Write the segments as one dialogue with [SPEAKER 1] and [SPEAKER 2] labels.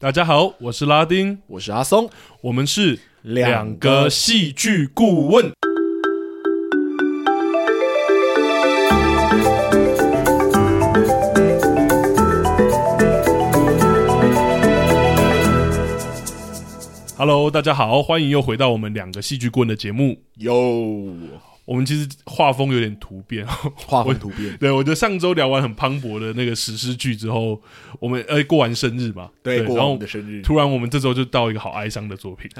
[SPEAKER 1] 大家好，我是拉丁，
[SPEAKER 2] 我是阿松，
[SPEAKER 1] 我们是
[SPEAKER 2] 两个
[SPEAKER 1] 戏剧顾问。Hello，大家好，欢迎又回到我们两个戏剧顾问的节目。
[SPEAKER 2] 哟，
[SPEAKER 1] 我们其实画风有点突变，
[SPEAKER 2] 画风突变，
[SPEAKER 1] 对，我觉得上周聊完很磅礴的那个史诗剧之后，我们呃过完生日嘛，
[SPEAKER 2] 对，过
[SPEAKER 1] 然
[SPEAKER 2] 完我
[SPEAKER 1] 后
[SPEAKER 2] 们的生日，
[SPEAKER 1] 突然我们这周就到一个好哀伤的作品。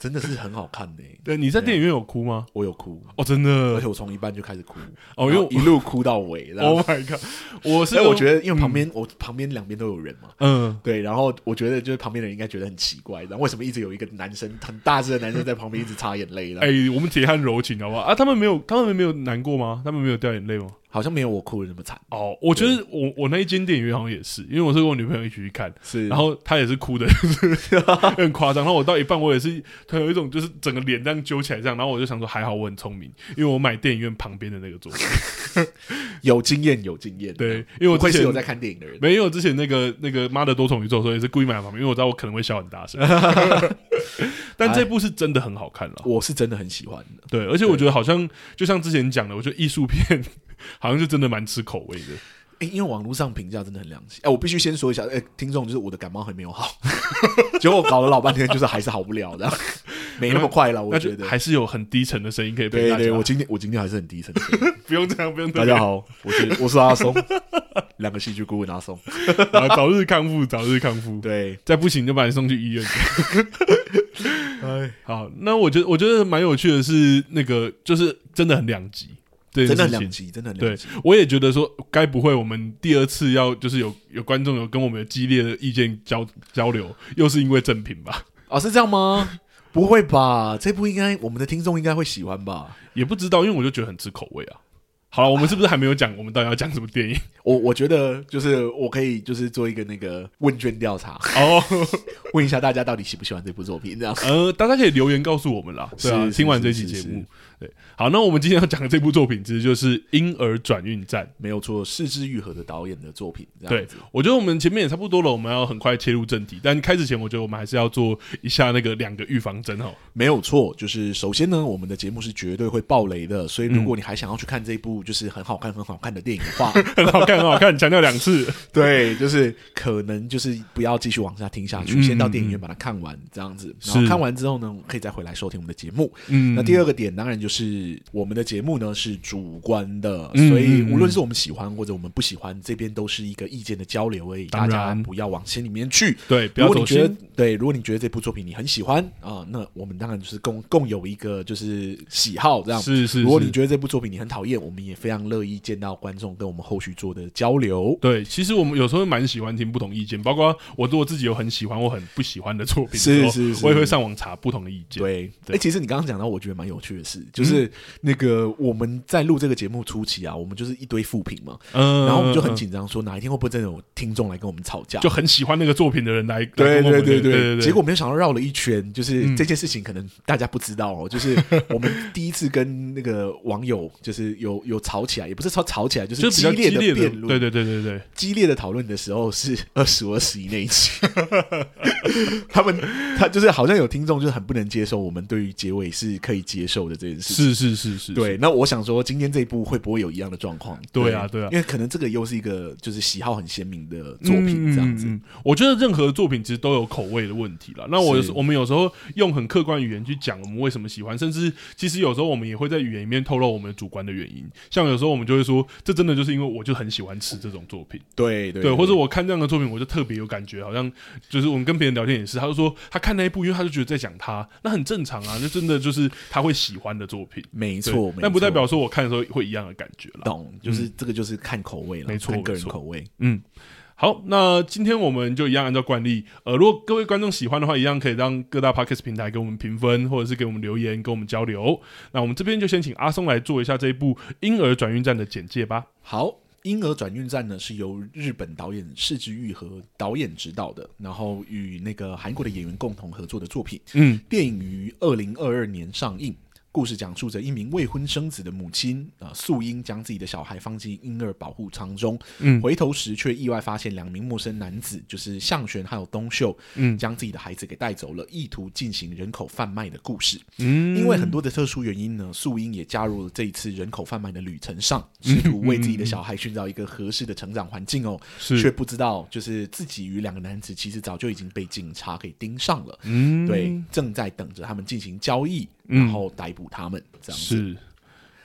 [SPEAKER 2] 真的是很好看呢、
[SPEAKER 1] 对，你在电影院有哭吗？
[SPEAKER 2] 我有哭，
[SPEAKER 1] 哦，真
[SPEAKER 2] 而
[SPEAKER 1] 的
[SPEAKER 2] 且我从一半就开始哭，
[SPEAKER 1] 哦，因
[SPEAKER 2] 然后一
[SPEAKER 1] 为
[SPEAKER 2] 路哭到尾。然后，
[SPEAKER 1] Oh my god，我哎是哦嗯
[SPEAKER 2] 所以我觉
[SPEAKER 1] 得
[SPEAKER 2] 得，因为旁边、我旁边两边都有人嘛，
[SPEAKER 1] 嗯，
[SPEAKER 2] 对，然后我觉得就是旁边的人应该觉得很奇怪，然后为什么一直有一个男生很大只的男生在旁边一直擦眼泪呢？
[SPEAKER 1] 哎，我们铁汉柔情好不好啊？他们没有，他们没有难过吗？他们没有掉眼泪吗？
[SPEAKER 2] 好像没有我哭的那么惨，
[SPEAKER 1] 哦，我觉得我我那一间电影院好像也是，因为我是跟我女朋友一起去看，
[SPEAKER 2] 是
[SPEAKER 1] 然
[SPEAKER 2] 然后
[SPEAKER 1] 后她也是 哭的，就是很夸张。然后我到一半，我也是，她有一种就是整个脸这样揪起来这样，然后我就想说，还好我很聪明，因为我买电影院旁边的那个座位。
[SPEAKER 2] 有经验，有经验，
[SPEAKER 1] 对，，因为我
[SPEAKER 2] 不愧
[SPEAKER 1] 之
[SPEAKER 2] 是
[SPEAKER 1] 前
[SPEAKER 2] 有在看电影的人，
[SPEAKER 1] 没有之前那个那个妈的多重宇宙的时候也是故意买旁边，因为我知道我可能会笑很大声。
[SPEAKER 2] 哎
[SPEAKER 1] 但这部是真的很好看了，
[SPEAKER 2] 我是真的很喜欢的。
[SPEAKER 1] 对，而且我觉得好像就像之前讲的，我觉得艺术片好像就真的蛮吃口味的。
[SPEAKER 2] 哎，因为网络上评价真的很良心。哎，我必须先说一下，哎，听众就是我的感冒还没有好， 结果我搞了老半天，就是还是好不了的，没那么快了，我
[SPEAKER 1] 那
[SPEAKER 2] 觉
[SPEAKER 1] 就
[SPEAKER 2] 得。
[SPEAKER 1] 还是有很低沉的声音可以被
[SPEAKER 2] 对
[SPEAKER 1] 大家
[SPEAKER 2] 对，。我今天我今天还是很低沉。
[SPEAKER 1] 不用这样，不用这
[SPEAKER 2] 大
[SPEAKER 1] 样。
[SPEAKER 2] 家好，我是我是 阿松，两个戏剧顾问阿松。
[SPEAKER 1] 啊，早日康复，早日康复。
[SPEAKER 2] 对，
[SPEAKER 1] 再不行就把你送去医院。
[SPEAKER 2] 哎，
[SPEAKER 1] 好，那我觉得我觉得蛮有趣的是，那个就是真的很两极，对，
[SPEAKER 2] 真的很
[SPEAKER 1] 事情
[SPEAKER 2] 两极，真的很两极。
[SPEAKER 1] 我也觉得说，该不会我们第二次要就是有有观众有跟我们有激烈的意见交交流，又是因为正品吧？
[SPEAKER 2] 啊，是这样吗？不会吧？这部应该我们的听众应该会喜欢吧？
[SPEAKER 1] 也不知道，因为我就觉得很吃口味啊。好了，我们是不是还没有讲我们到底要讲什么电 影？
[SPEAKER 2] 我我觉得就是我可以就是做一个那个问卷调查，
[SPEAKER 1] 哦，
[SPEAKER 2] 问一下大家到底喜不喜欢这部作品，这样。
[SPEAKER 1] 呃，大家可以留言告诉我们啦。对啊，
[SPEAKER 2] 是是
[SPEAKER 1] 听完这期
[SPEAKER 2] 是是
[SPEAKER 1] 节目
[SPEAKER 2] 是，
[SPEAKER 1] 对，好，那我们今天要讲的这部作品其实就是《婴儿转运站》。
[SPEAKER 2] 没有错，四肢愈合的导演的作品，这
[SPEAKER 1] 对
[SPEAKER 2] 样子。，
[SPEAKER 1] 我觉得我们前面也差不多了，我们要很快切入正题。但开始前，我觉得我们还是要做一下那个两个预防针哦。
[SPEAKER 2] 没有错，就是首先呢，我们的节目是绝对会爆雷的，所以如果你还想要去看这部就是很好看、很好看的电影的话，
[SPEAKER 1] 很好看，很好看，强调两次。
[SPEAKER 2] 对，就是可能就是不要继续往下听下去，
[SPEAKER 1] 嗯
[SPEAKER 2] 先到电影院把它看完，这样子。然
[SPEAKER 1] 是
[SPEAKER 2] 后看完之后呢，可以再回来收听我们的节目。
[SPEAKER 1] 嗯，
[SPEAKER 2] 那第二个点当然就是我们的节目呢是主观的，
[SPEAKER 1] 嗯
[SPEAKER 2] 所以
[SPEAKER 1] 嗯
[SPEAKER 2] 无论是我们喜欢或者我们不喜欢，这边都是一个意见的交流而已，
[SPEAKER 1] 当
[SPEAKER 2] 大
[SPEAKER 1] 然
[SPEAKER 2] 家不要往心里面去。
[SPEAKER 1] 对，不
[SPEAKER 2] 如
[SPEAKER 1] 要
[SPEAKER 2] 果
[SPEAKER 1] 走
[SPEAKER 2] 你觉得
[SPEAKER 1] 心。
[SPEAKER 2] 对，如果你觉得这部作品你很喜欢啊、那我们当然就是共共有一个就是喜好这样。
[SPEAKER 1] 是是，
[SPEAKER 2] 如果你
[SPEAKER 1] 是
[SPEAKER 2] 觉得这部作品你很讨厌，我们也非常乐意见到观众跟我们后续做的交流。
[SPEAKER 1] 对，其实我们有时候蛮喜欢听不同意见，包括我如果自己有很喜欢或很不喜欢的作品的时候，
[SPEAKER 2] 是是是
[SPEAKER 1] 我也会上网查不同的意见。
[SPEAKER 2] 对，哎、
[SPEAKER 1] 对嗯
[SPEAKER 2] 其实你刚刚讲到，我觉得蛮有趣的事，就是那个我们在录这个节目初期啊，我们就是一堆负评嘛，
[SPEAKER 1] 嗯，嗯，
[SPEAKER 2] 然后我们就很
[SPEAKER 1] 嗯
[SPEAKER 2] 紧张，说哪一天会不会真的有听众来跟我们吵架？
[SPEAKER 1] 就很喜欢那个作品的人来，来
[SPEAKER 2] 对
[SPEAKER 1] 跟我们
[SPEAKER 2] 对
[SPEAKER 1] 的
[SPEAKER 2] 对
[SPEAKER 1] 对对，
[SPEAKER 2] 结果没有想到绕了一圈，就是
[SPEAKER 1] 嗯
[SPEAKER 2] 这件事情可能大家不知道哦，就是我们第一次跟那个网友就是有有吵起来，也不是吵吵起来，就
[SPEAKER 1] 就是比较
[SPEAKER 2] 烈
[SPEAKER 1] 激烈的，
[SPEAKER 2] 辩论，
[SPEAKER 1] 对对对对对，
[SPEAKER 2] 激烈的讨论的时候是 二十五、二十一那一期， 他们他就是好像有听众就是很不能接受我们对于结尾是可以接受的这件事
[SPEAKER 1] 是
[SPEAKER 2] 情。
[SPEAKER 1] 是是是，
[SPEAKER 2] 对，那我想说，今天这一部会不会有一样的状况？
[SPEAKER 1] 对啊对啊
[SPEAKER 2] 因为可能这个又是一个就是喜好很鲜明的
[SPEAKER 1] 嗯。
[SPEAKER 2] 作品，这样
[SPEAKER 1] 嗯
[SPEAKER 2] 子。
[SPEAKER 1] 嗯嗯我觉得任何作品其实都有口味的问题了。那我有时
[SPEAKER 2] 是
[SPEAKER 1] 我们有时候用很客观语言去讲我们为什么喜欢，甚至其实有时候我们也会在语言里面透露我们主观的原因。像有时候我们就会说，这真的就是因为我就很喜欢吃这种作品。
[SPEAKER 2] 对对
[SPEAKER 1] 对，或者我看这样的作品，我就特别有感觉，好像就是我们跟别人聊天也是，他就说他看那一部，因为他就觉得在讲他，那很正常啊，就真的就是他会喜欢的作品，
[SPEAKER 2] 没
[SPEAKER 1] 对
[SPEAKER 2] 错，没错
[SPEAKER 1] 但不代表说我看的时候会一样的感觉啦。
[SPEAKER 2] 懂，就是这个就是看口味了，
[SPEAKER 1] 没错
[SPEAKER 2] 看个人
[SPEAKER 1] 没错
[SPEAKER 2] 口味。
[SPEAKER 1] 嗯，好，那今天我们就一样按照惯例，呃，如果各位观众喜欢的话，一样可以让各大 podcast 平台给我们评分，或者是给我们留言，跟我们交流。那我们这边就先请阿松来做一下这一部《婴儿转运站》的简介吧。
[SPEAKER 2] 好，《婴儿转运站呢》是由日本导演市之愈和导演执导的，然后与那个韩国的演员共同合作的作品。
[SPEAKER 1] 嗯，
[SPEAKER 2] 电影于二零二二年上映。故事讲述着一名未婚生子的母亲啊、呃素英将自己的小孩放进婴儿保护舱中，
[SPEAKER 1] 嗯
[SPEAKER 2] 回头时却意外发现两名陌生男子，就是向玄还有东秀，
[SPEAKER 1] 嗯
[SPEAKER 2] 将自己的孩子给带走了，意图进行人口贩卖的故事。
[SPEAKER 1] 嗯，
[SPEAKER 2] 因为很多的特殊原因呢，素英也加入了这一次人口贩卖的旅程上，
[SPEAKER 1] 嗯
[SPEAKER 2] 试图为自己的小孩寻找一个合适的成长环境哦，却
[SPEAKER 1] 嗯是
[SPEAKER 2] 不知道就是自己与两个男子其实早就已经被警察给盯上了，
[SPEAKER 1] 嗯
[SPEAKER 2] 对，正在等着他们进行交易，
[SPEAKER 1] 嗯
[SPEAKER 2] 然后逮捕他们，这样子。
[SPEAKER 1] 是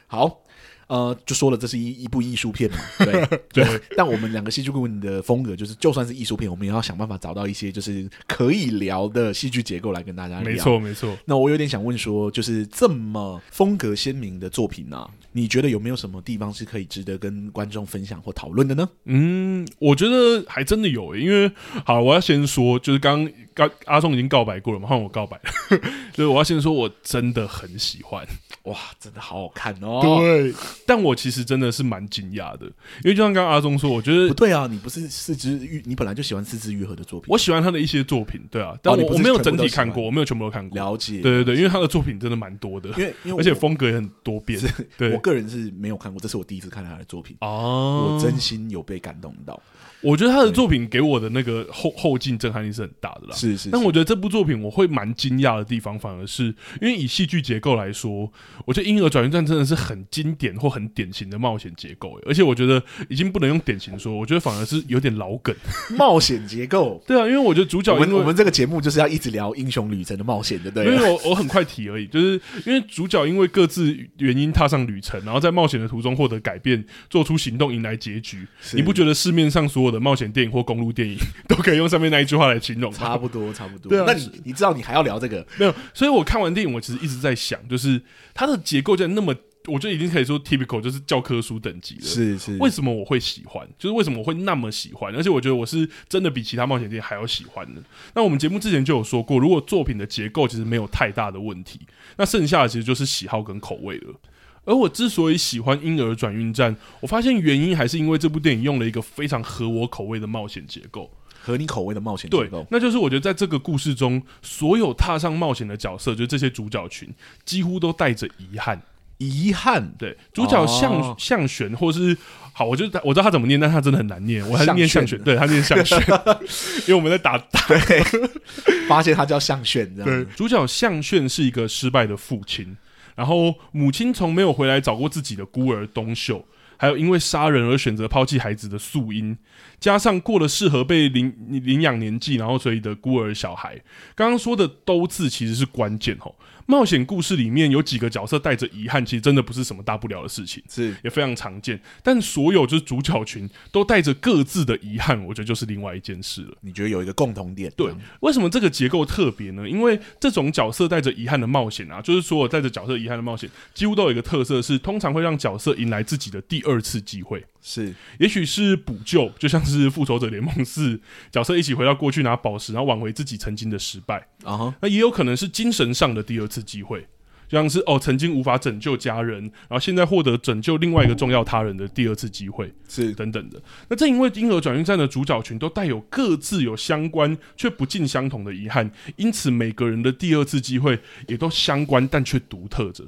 [SPEAKER 2] 好。呃，就说了，这是一一部艺术 片嘛，对
[SPEAKER 1] 对。
[SPEAKER 2] 但我们两个戏剧顾问的风格就是，就算是艺术片，我们也要想办法找到一些就是可以聊的戏剧结构来跟大家聊。
[SPEAKER 1] 没错没错。
[SPEAKER 2] 那我有点想问说，就是这么风格鲜明的作品啊，你觉得有没有什么地方是可以值得跟观众分享或讨论的呢？
[SPEAKER 1] 嗯，我觉得还真的有、欸，因为好，我要先说，就是刚刚阿松已经告白过了嘛，换我告白了， 就是我要先说，我真的很喜欢，
[SPEAKER 2] 哇，真的好好看哦！，
[SPEAKER 1] 对，但我其实真的是蛮惊讶的，因为就像刚刚阿松说，我觉得
[SPEAKER 2] 不对啊，你不是四肢愈，你本来就喜欢四肢愈合的作品，
[SPEAKER 1] 我喜欢他的一些作品，对啊，但
[SPEAKER 2] 哦
[SPEAKER 1] 我、
[SPEAKER 2] 你不是
[SPEAKER 1] 我没有
[SPEAKER 2] 全部
[SPEAKER 1] 整
[SPEAKER 2] 都
[SPEAKER 1] 体
[SPEAKER 2] 喜
[SPEAKER 1] 看
[SPEAKER 2] 欢
[SPEAKER 1] 过，我没有全部都看过，
[SPEAKER 2] 了解。
[SPEAKER 1] 对对对，因为他的作品真的蛮多的，
[SPEAKER 2] 因为因为我
[SPEAKER 1] 而且风格也很多变，对
[SPEAKER 2] 我个人是没有看过，这是我第一次看他的作品，
[SPEAKER 1] 哦
[SPEAKER 2] 我真心有被感动到。
[SPEAKER 1] 我觉得他的作品给我的那个后后劲震撼力是很大的啦。
[SPEAKER 2] 是是，
[SPEAKER 1] 但
[SPEAKER 2] 是
[SPEAKER 1] 我觉得这部作品我会蛮惊讶的地方，反而是因为以戏剧结构来说，我觉得《婴儿转运站》真的是很经典或很典型的冒险结构，而且我觉得已经不能用典型说，我觉得反而是有点老梗。
[SPEAKER 2] 冒险结构。
[SPEAKER 1] 对啊，因为我觉啊得主角
[SPEAKER 2] 我们
[SPEAKER 1] 因
[SPEAKER 2] 我
[SPEAKER 1] 为
[SPEAKER 2] 们这个节目就是要一直聊英雄旅程的冒险的，
[SPEAKER 1] 因
[SPEAKER 2] 对
[SPEAKER 1] 为
[SPEAKER 2] 了。
[SPEAKER 1] 我我很快提而已，就是因为主角因为各自原因踏上旅程，然后在冒险的途中获得改变，做出行动，迎来结局。
[SPEAKER 2] 是
[SPEAKER 1] 你不觉得市面上所有的冒险电影或公路电影 都可以用上面那一句话来形容吗？
[SPEAKER 2] 差不多差不多？
[SPEAKER 1] 对啊
[SPEAKER 2] 那
[SPEAKER 1] 是
[SPEAKER 2] 你你知道你还要聊这个？
[SPEAKER 1] 没有，所以我看完电影，我其实一直在想，就是它的结构在那么，我觉得已经可以说 typical，就是教科书等级了。
[SPEAKER 2] 是是
[SPEAKER 1] 为什么我会喜欢？就是为什么我会那么喜欢？而且我觉得我是真的比其他冒险电影还要喜欢的。那我们节目之前就有说过，如果作品的结构其实没有太大的问题，那剩下的其实就是喜好跟口味了。而我之所以喜欢《婴儿转运站》，我发现原因还是因为这部电影用了一个非常合我口味的冒险结构。
[SPEAKER 2] 合你口味的冒险结
[SPEAKER 1] 对
[SPEAKER 2] 构，？
[SPEAKER 1] 那就是我觉得在这个故事中，所有踏上冒险的角色，就是这些主角群，几乎都带着遗憾。
[SPEAKER 2] 遗憾
[SPEAKER 1] 对，主角向、
[SPEAKER 2] 哦
[SPEAKER 1] 向玄，或是好，我就我知道他怎么念，但他真的很难念，我还是念向
[SPEAKER 2] 向
[SPEAKER 1] 玄，
[SPEAKER 2] 玄
[SPEAKER 1] 对他念向 玄，因为我们在打打
[SPEAKER 2] 发现他叫向炫，这样
[SPEAKER 1] 对
[SPEAKER 2] 子，
[SPEAKER 1] 主角向炫是一个失败的父亲，然后母亲从没有回来找过自己的孤儿东秀，还有因为杀人而选择抛弃孩子的素英，加上过了适合被领 领养年纪，然后所以的孤儿小孩，刚刚说的“都”字其实是关键吼。冒险故事里面有几个角色带着遗憾，其实真的不是什么大不了的事情，
[SPEAKER 2] 是
[SPEAKER 1] 也非常常见。但所有就是主角群都带着各自的遗憾，我觉得就是另外一件事了。
[SPEAKER 2] 你觉得有一个共同点？
[SPEAKER 1] 对，为什么这个结构特别呢？因为这种角色带着遗憾的冒险啊，就是所有带着角色遗憾的冒险，几乎都有一个特色是，通常会让角色迎来自己的第二次机会，
[SPEAKER 2] 是
[SPEAKER 1] 也许是补救，就像是《复仇者联盟四》，角色一起回到过去拿宝石，然后挽回自己曾经的失败。
[SPEAKER 2] 啊哈，
[SPEAKER 1] 那也有可能是精神上的第二次机会。就像是哦，曾经无法拯救家人，然后现在获得拯救另外一个重要他人的第二次机会。
[SPEAKER 2] 是
[SPEAKER 1] 等等的。那正因为婴儿转运站的主角群都带有各自有相关却不尽相同的遗憾，因此每个人的第二次机会也都相关但却独特着。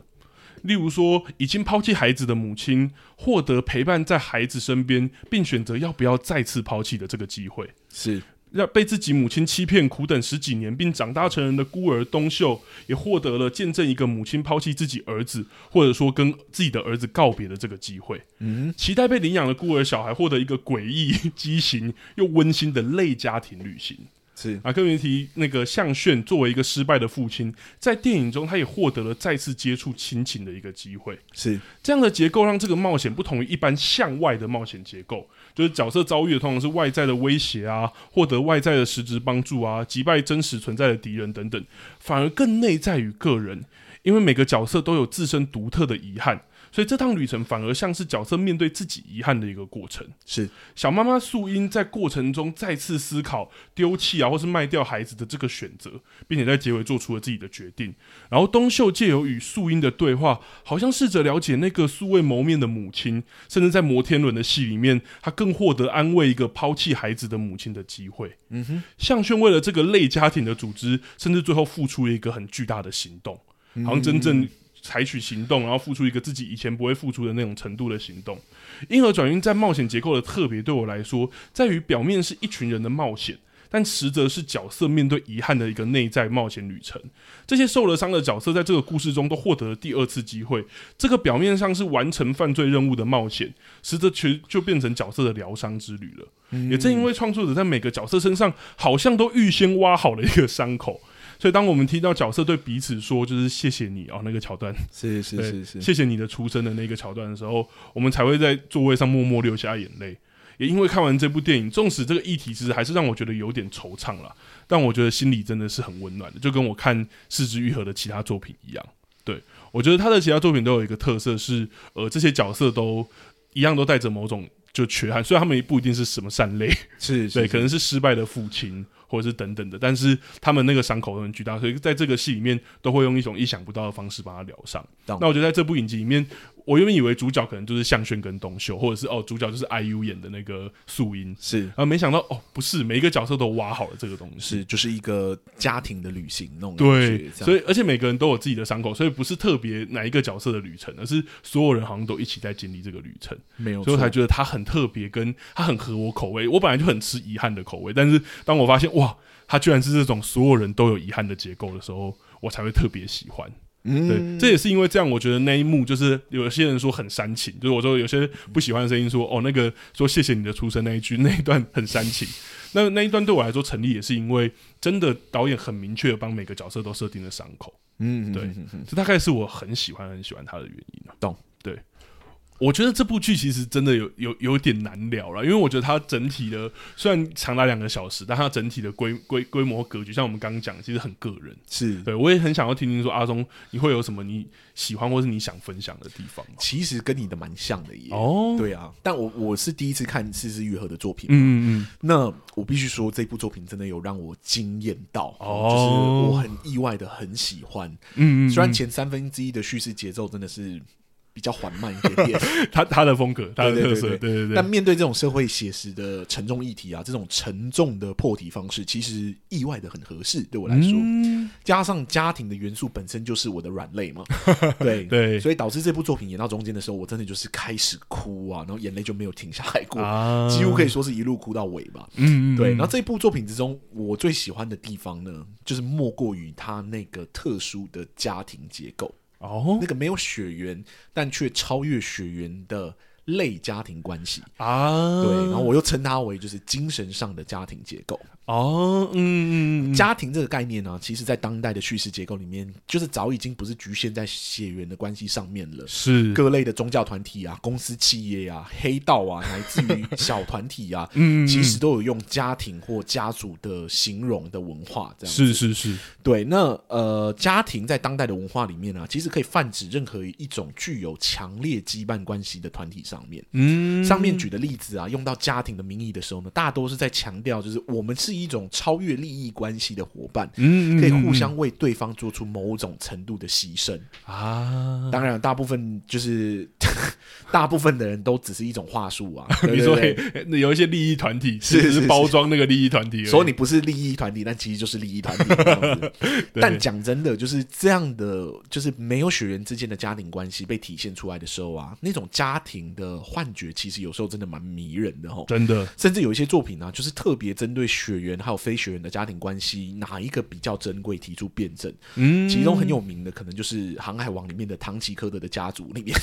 [SPEAKER 1] 例如说，已经抛弃孩子的母亲获得陪伴在孩子身边，并选择要不要再次抛弃的这个机会。
[SPEAKER 2] 是
[SPEAKER 1] 让被自己母亲欺骗、苦等十几年并长大成人的孤儿东秀，也获得了见证一个母亲抛弃自己儿子，或者说跟自己的儿子告别的这个机会。嗯，期待被领养的孤儿小孩获得一个诡异、 畸形又温馨的类家庭旅行。
[SPEAKER 2] 是
[SPEAKER 1] 啊，更别提那个向炫作为一个失败的父亲，在电影中他也获得了再次接触亲情的一个机会。
[SPEAKER 2] 是
[SPEAKER 1] 这样的结构让这个冒险不同于一般向外的冒险结构，就是角色遭遇的通常是外在的威胁啊，获得外在的实质帮助啊，击败真实存在的敌人等等，反而更内在于个人，因为每个角色都有自身独特的遗憾，所以这趟旅程反而像是角色面对自己遗憾的一个过程。
[SPEAKER 2] 是
[SPEAKER 1] 小妈妈素英在过程中再次思考丢弃啊，或是卖掉孩子的这个选择，并且在结尾做出了自己的决定。然后东秀借由与素英的对话，好像试着了解那个素未谋面的母亲，甚至在摩天轮的戏里面，他更获得安慰一个抛弃孩子的母亲的机会。嗯哼，向轩为了这个类家庭的组织，甚至最后付出了一个很巨大的行动，好像真正采取行动，然后付出一个自己以前不会付出的那种程度的行动。婴儿转运在冒险结构的特别，对我来说，在于表面是一群人的冒险，但实则是角色面对遗憾的一个内在冒险旅程。这些受了伤的角色在这个故事中都获得了第二次机会。这个表面上是完成犯罪任务的冒险，实则却就变成角色的疗伤之旅了。也正因为创作者在每个角色身上好像都预先挖好了一个伤口。所以，当我们听到角色对彼此说“就是谢谢你”哦，那个桥段，
[SPEAKER 2] 是是
[SPEAKER 1] 对
[SPEAKER 2] 是是，
[SPEAKER 1] 谢谢你的出生的那个桥段的时候，我们才会在座位上默默流下眼泪。也因为看完这部电影，纵使这个议题其实还是让我觉得有点惆怅了，但我觉得心里真的是很温暖的，就跟我看《四肢愈合》的其他作品一样。对我觉得他的其他作品都有一个特色是，呃，这些角色都一样都带着某种就缺憾，虽然他们不一定是什么善类，
[SPEAKER 2] 是
[SPEAKER 1] 对，
[SPEAKER 2] 是，
[SPEAKER 1] 可能是失败的父亲，或者是等等的，但是他们那个伤口都很巨大，所以在这个戏里面都会用一种意想不到的方式把它疗伤。
[SPEAKER 2] 懂
[SPEAKER 1] 那我觉得在这部影集里面，我原本以为主角可能就是向炫跟东秀，或者是哦主角就是 IU 演的那个素英，
[SPEAKER 2] 是
[SPEAKER 1] 啊，没想到哦不是，每一个角色都挖好了这个东西。
[SPEAKER 2] 是，就是一个家庭的旅行那种感
[SPEAKER 1] 对
[SPEAKER 2] 觉，，
[SPEAKER 1] 所
[SPEAKER 2] 以
[SPEAKER 1] 以而且每个人都有自己的伤口，所以不是特别哪一个角色的旅程，而是所有人好像都一起在经历这个旅程。
[SPEAKER 2] 没有
[SPEAKER 1] 所以我才
[SPEAKER 2] 错，
[SPEAKER 1] 觉得它很特别，跟它很合我口味。我本来就很吃遗憾的口味，但是当我发现哇，它居然是这种所有人都有遗憾的结构的时候，我才会特别喜欢。对，
[SPEAKER 2] 嗯，
[SPEAKER 1] 这也是因为这样，我觉得那一幕就是有些人说很煽情，就是我说有些不喜欢的声音说哦，那个说谢谢你的出生那一句那一段很煽情。那那一段对我来说成立，也是因为真的导演很明确的帮每个角色都设定了伤口。
[SPEAKER 2] 嗯，
[SPEAKER 1] 对
[SPEAKER 2] 嗯嗯嗯
[SPEAKER 1] 这大概是我很喜欢很喜欢他的原因、啊、
[SPEAKER 2] 懂？
[SPEAKER 1] 对，我觉得这部剧其实真的有有有点难聊了，因为我觉得它整体的虽然长达两个小时，但它整体的规规规模格局，像我们刚刚讲，其实很个人。
[SPEAKER 2] 是。
[SPEAKER 1] 对我也很想要听听说阿松，你会有什么你喜欢或是你想分享的地方吗？
[SPEAKER 2] 其实跟你的蛮像的耶。
[SPEAKER 1] 哦
[SPEAKER 2] 对啊，但我我是第一次看四肢愈合的作品，
[SPEAKER 1] 嗯嗯嗯，
[SPEAKER 2] 那我必须说这部作品真的有让我惊艳到，
[SPEAKER 1] 哦
[SPEAKER 2] 就是我很意外的很喜欢。
[SPEAKER 1] 嗯嗯嗯
[SPEAKER 2] 虽然前三分之一的叙事节奏真的是比较缓慢一点点，
[SPEAKER 1] 他他的风格，他的
[SPEAKER 2] 嗯对
[SPEAKER 1] 特
[SPEAKER 2] 对
[SPEAKER 1] 色，
[SPEAKER 2] 对
[SPEAKER 1] 对对
[SPEAKER 2] 但
[SPEAKER 1] 对，
[SPEAKER 2] 面对这种社会写实的沉重议题啊，这种沉重的破题方式，其实意外的很合适对我来说。
[SPEAKER 1] 嗯
[SPEAKER 2] 加上家庭的元素本身就是我的软肋 嘛，对
[SPEAKER 1] 对
[SPEAKER 2] 所以导致这部作品演到中间的时候，我真的就是开始哭啊，然后眼泪就没有停下来过，
[SPEAKER 1] 啊
[SPEAKER 2] 几乎可以说是一路哭到尾吧。
[SPEAKER 1] 嗯嗯
[SPEAKER 2] 对，
[SPEAKER 1] 嗯
[SPEAKER 2] 然后这部作品之中，我最喜欢的地方呢，就是莫过于它那个特殊的家庭结构，
[SPEAKER 1] 哦
[SPEAKER 2] 那个没有血缘但却超越血缘的类家庭关系。
[SPEAKER 1] 啊
[SPEAKER 2] 对，然后我又称它为就是精神上的家庭结构。
[SPEAKER 1] 哦嗯嗯嗯
[SPEAKER 2] 家庭这个概念呢、其实在当代的叙事结构里面，就是早已经不是局限在血缘的关系上面了。
[SPEAKER 1] 是
[SPEAKER 2] 各类的宗教团体啊、公司企业啊、黑道啊，乃至于小团体啊，
[SPEAKER 1] 嗯嗯嗯
[SPEAKER 2] 其实都有用家庭或家族的形容的文化这样。
[SPEAKER 1] 是是是
[SPEAKER 2] 对，那呃，家庭在当代的文化里面啊，其实可以泛指任何一种具有强烈羁绊关系的团体上面。
[SPEAKER 1] 嗯
[SPEAKER 2] 上面举的例子啊，用到家庭的名义的时候呢，大多是在强调，就是我们是一种超越利益关系的伙伴，
[SPEAKER 1] 嗯嗯
[SPEAKER 2] 可以互相为对方做出某种程度的牺牲。
[SPEAKER 1] 啊，
[SPEAKER 2] 当然，大部分就是 大部分的人都只是一种话术啊。对
[SPEAKER 1] 你说
[SPEAKER 2] 对对
[SPEAKER 1] 嘿 那有一些利益团体
[SPEAKER 2] 是
[SPEAKER 1] 只
[SPEAKER 2] 是
[SPEAKER 1] 是
[SPEAKER 2] 是
[SPEAKER 1] 包装那个利益团体而已，
[SPEAKER 2] 说你不是利益团体，但其实就是利 益团体这样子。
[SPEAKER 1] 对
[SPEAKER 2] 但讲真的，就是这样的，就是没有血缘之间的家庭关系被体现出来的时候啊，那种家庭的幻觉，其实有时候真的蛮迷人的吼。
[SPEAKER 1] 真 的
[SPEAKER 2] 甚至有一些作品呢、啊，就是特别针对血缘还有非血缘的家庭关系，哪一个比较珍贵，提出辩证。
[SPEAKER 1] 嗯
[SPEAKER 2] 其中很有名的，可能就是《航海王》里面的唐吉诃德的家族里 面，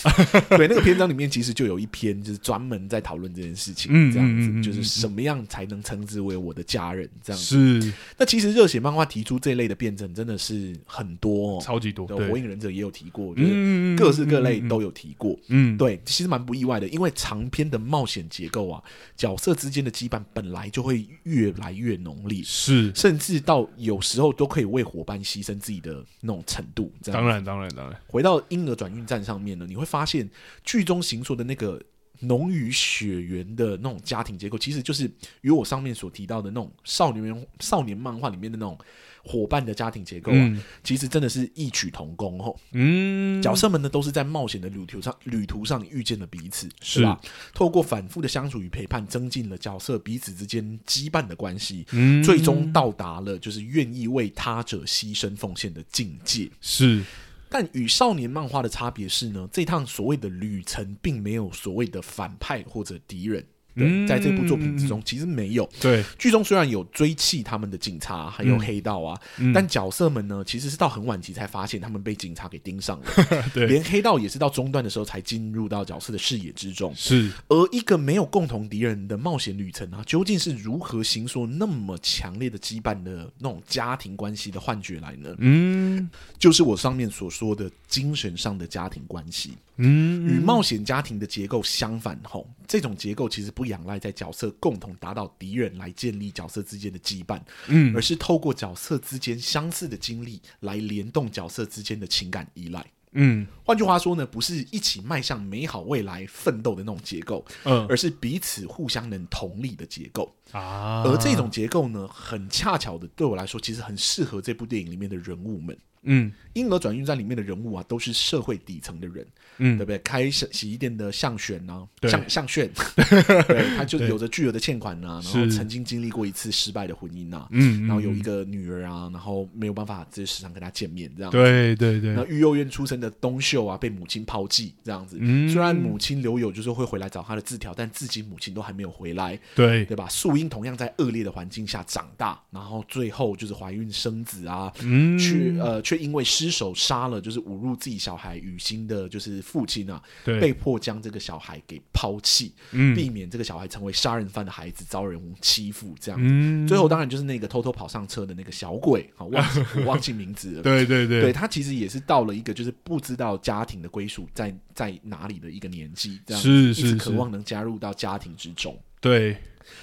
[SPEAKER 2] 对那个篇章里面，其实就有一篇就是专门在讨论这件事情，
[SPEAKER 1] 嗯
[SPEAKER 2] 这样
[SPEAKER 1] 嗯嗯嗯
[SPEAKER 2] 子就是什么样才能称之为我的家人这样。
[SPEAKER 1] 是
[SPEAKER 2] 那其实热血漫画提出这类的辩证真的是很多、哦，
[SPEAKER 1] 超级多，
[SPEAKER 2] 对
[SPEAKER 1] 对，
[SPEAKER 2] 火影忍者也有提过，就是
[SPEAKER 1] 嗯
[SPEAKER 2] 各式各类都有提过。
[SPEAKER 1] 嗯
[SPEAKER 2] 对，其实蛮不意外的，因为长篇的冒险结构啊，角色之间的羁绊本来就会越来越浓烈，
[SPEAKER 1] 是
[SPEAKER 2] 甚至到有时候都可以为伙伴牺牲自己的那种程度。这样，
[SPEAKER 1] 当然当然当然，
[SPEAKER 2] 回到婴儿转运站上面呢，你会发现剧中行说的那个浓于血缘的那种家庭结构，其实就是与我上面所提到的那种少年少年漫画里面的那种伙伴的家庭结构啊，
[SPEAKER 1] 嗯
[SPEAKER 2] 其实真的是异曲同工哦。
[SPEAKER 1] 嗯
[SPEAKER 2] 角色们呢，都是在冒险的旅途上旅途上遇见了彼此，
[SPEAKER 1] 是
[SPEAKER 2] 对吧？透过反复的相处与陪伴，增进了角色彼此之间羁绊的关系，
[SPEAKER 1] 嗯
[SPEAKER 2] 最终到达了就是愿意为他者牺牲奉献的境界。
[SPEAKER 1] 是
[SPEAKER 2] 但与少年漫画的差别是呢，这趟所谓的旅程并没有所谓的反派或者敌人。对，
[SPEAKER 1] 嗯
[SPEAKER 2] 在这部作品之中，其实没有。
[SPEAKER 1] 对，
[SPEAKER 2] 剧中虽然有追弃他们的警察，还有
[SPEAKER 1] 嗯
[SPEAKER 2] 黑道啊，
[SPEAKER 1] 嗯
[SPEAKER 2] 但角色们呢，其实是到很晚期才发现他们被警察给盯上了。
[SPEAKER 1] 对，
[SPEAKER 2] 连黑道也是到中段的时候才进入到角色的视野之中。
[SPEAKER 1] 是，
[SPEAKER 2] 而一个没有共同敌人的冒险旅程啊，究竟是如何形塑那么强烈的羁绊的那种家庭关系的幻觉来呢？
[SPEAKER 1] 嗯
[SPEAKER 2] 就是我上面所说的精神上的家庭关系。
[SPEAKER 1] 嗯，
[SPEAKER 2] 与冒险家庭的结构相反，吼，这种结构其实不仰赖在角色共同打倒敌人来建立角色之间的羁绊，
[SPEAKER 1] 嗯，
[SPEAKER 2] 而是透过角色之间相似的经历来联动角色之间的情感依赖。
[SPEAKER 1] 嗯
[SPEAKER 2] 换句话说呢，不是一起迈向美好未来奋斗的那种结构，
[SPEAKER 1] 嗯
[SPEAKER 2] 而是彼此互相能同理的结构。
[SPEAKER 1] 啊，
[SPEAKER 2] 而这种结构呢，很恰巧的对我来说，其实很适合这部电影里面的人物们。
[SPEAKER 1] 嗯
[SPEAKER 2] 婴儿转运站里面的人物啊，都是社会底层的人，
[SPEAKER 1] 嗯
[SPEAKER 2] 对不对？开洗洗衣店的向选呐、啊，
[SPEAKER 1] 对
[SPEAKER 2] 向 向炫，对，他就
[SPEAKER 1] 对
[SPEAKER 2] 有着巨额的欠款呐、然后
[SPEAKER 1] 是
[SPEAKER 2] 曾经经历过一次失败的婚姻呐、啊
[SPEAKER 1] 嗯，
[SPEAKER 2] 然后有一
[SPEAKER 1] 个
[SPEAKER 2] 个女儿啊，然后没有办法，就是时常跟他见面这样。
[SPEAKER 1] 对对对
[SPEAKER 2] 那，育幼院出身的东秀啊，被母亲抛弃这样子。
[SPEAKER 1] 嗯
[SPEAKER 2] 虽然母亲留有就是会回来找他的字条，但至今母亲都还没有回来，
[SPEAKER 1] 对
[SPEAKER 2] 对吧？素英同样在恶劣的环境下长大，然后最后就是怀孕生子啊，
[SPEAKER 1] 嗯
[SPEAKER 2] 却呃却因为失手杀了就是侮辱自己小孩雨欣的，就是父亲啊，
[SPEAKER 1] 对
[SPEAKER 2] 被迫将这个小孩给抛弃，
[SPEAKER 1] 嗯
[SPEAKER 2] 避免这个小孩成为杀人犯的孩子遭人欺负这样。
[SPEAKER 1] 嗯
[SPEAKER 2] 最后当然就是那个偷偷跑上车的那个小鬼，好忘记我忘记名字 了。
[SPEAKER 1] 对对对
[SPEAKER 2] 对他其实也是到了一个就是不知道家庭的归属在在哪里的一个年纪，这样
[SPEAKER 1] 是
[SPEAKER 2] 一直
[SPEAKER 1] 是是，
[SPEAKER 2] 渴望能加入到家庭之中。
[SPEAKER 1] 对，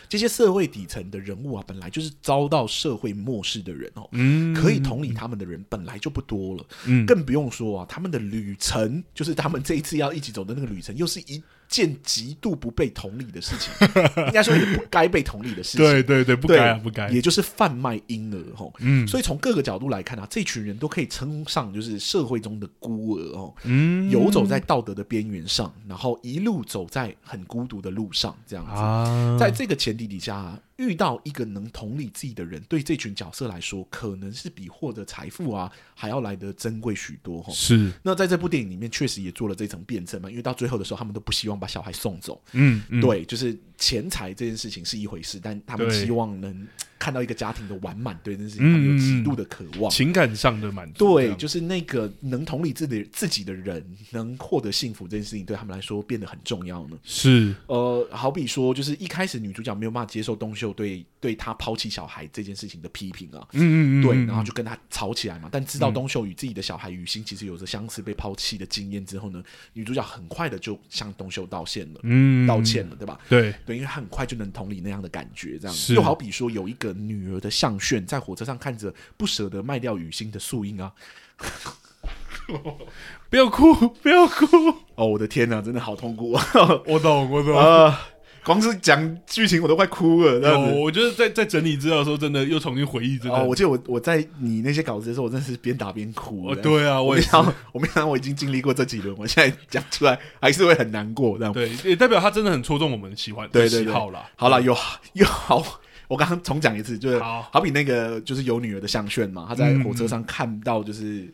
[SPEAKER 2] 这些社会底层的人物啊，本来就是遭到社会漠视的人哦，
[SPEAKER 1] 嗯，
[SPEAKER 2] 可以同理他们的人本来就不多了，
[SPEAKER 1] 嗯
[SPEAKER 2] 更不用说啊，他们的旅程就是他们这一次要一起走的那个旅程，又是一件极度不被同理的 事情，应该说也不该被同理的事情。
[SPEAKER 1] 对对对，不
[SPEAKER 2] 对
[SPEAKER 1] 该啊不该，
[SPEAKER 2] 也就是贩卖婴儿吼。
[SPEAKER 1] 嗯
[SPEAKER 2] 所以从各个角度来看啊，这群人都可以称上就是社会中的孤儿哦，
[SPEAKER 1] 嗯
[SPEAKER 2] 游走在道德的边缘上，然后一路走在很孤独的路上，这样子。
[SPEAKER 1] 啊，
[SPEAKER 2] 在这个前提底下啊、遇到一个能同理自己的人，对这群角色来说，可能是比获得财富啊还要来得珍贵许多吼。
[SPEAKER 1] 是
[SPEAKER 2] 那在这部电影里面，确实也做了这层辩证嘛，因为到最后的时候，他们都不希望把小孩送走。
[SPEAKER 1] 嗯嗯
[SPEAKER 2] 对，就是钱财这件事情是一回事，但他们
[SPEAKER 1] 对
[SPEAKER 2] 希望能看到一个家庭的完满，对这件事情
[SPEAKER 1] 嗯
[SPEAKER 2] 他们有极度的渴望。
[SPEAKER 1] 情感上的满足，这
[SPEAKER 2] 对，
[SPEAKER 1] 样
[SPEAKER 2] 就是那个能同理自己自己的人，能获得幸福这件事情，对他们来说变得很重要呢。
[SPEAKER 1] 是
[SPEAKER 2] 呃，好比说，就是一开始女主角没有办法接受东秀对对她抛弃小孩这件事情的批评啊，
[SPEAKER 1] 嗯嗯嗯，
[SPEAKER 2] 对，
[SPEAKER 1] 嗯
[SPEAKER 2] 然后就跟他吵起来嘛。但知道东秀与自己的小孩雨欣其实有着相似被抛弃的经验之后呢，女主角很快的就向东秀道歉了，
[SPEAKER 1] 嗯
[SPEAKER 2] 道，歉了，对吧？
[SPEAKER 1] 对，
[SPEAKER 2] 对，因为她很快就能同理那样的感觉，这样
[SPEAKER 1] 是
[SPEAKER 2] 又好比说有一个女儿的向炫在火车上看着不舍得卖掉雨欣的素英啊，
[SPEAKER 1] 不要哭 不要哭，
[SPEAKER 2] 哦，我的天哪，真的好痛 苦啊！
[SPEAKER 1] 我懂我懂。
[SPEAKER 2] 呃光是讲剧情我都快哭了，这
[SPEAKER 1] 有
[SPEAKER 2] 样子。
[SPEAKER 1] 我觉得在在整理资料的时候，真的又重新回忆，真的
[SPEAKER 2] 哦，我记得我我在你那些稿子的时候，我真的是边打边哭。
[SPEAKER 1] 哦，
[SPEAKER 2] 这样，
[SPEAKER 1] 对啊，
[SPEAKER 2] 我
[SPEAKER 1] 我
[SPEAKER 2] 没
[SPEAKER 1] 也是
[SPEAKER 2] 想到， 我没想到我已经经历过这几轮，我现在讲出来还是会很难过。这 样，
[SPEAKER 1] 对，也代表他真的很戳中我们的喜欢
[SPEAKER 2] 对对
[SPEAKER 1] 喜
[SPEAKER 2] 对，
[SPEAKER 1] 好啦。
[SPEAKER 2] 好了，有 有好，我刚刚重讲一次，就是
[SPEAKER 1] 嗯好嗯
[SPEAKER 2] 好比那个就是有女儿的向炫嘛，他在火车上看到就是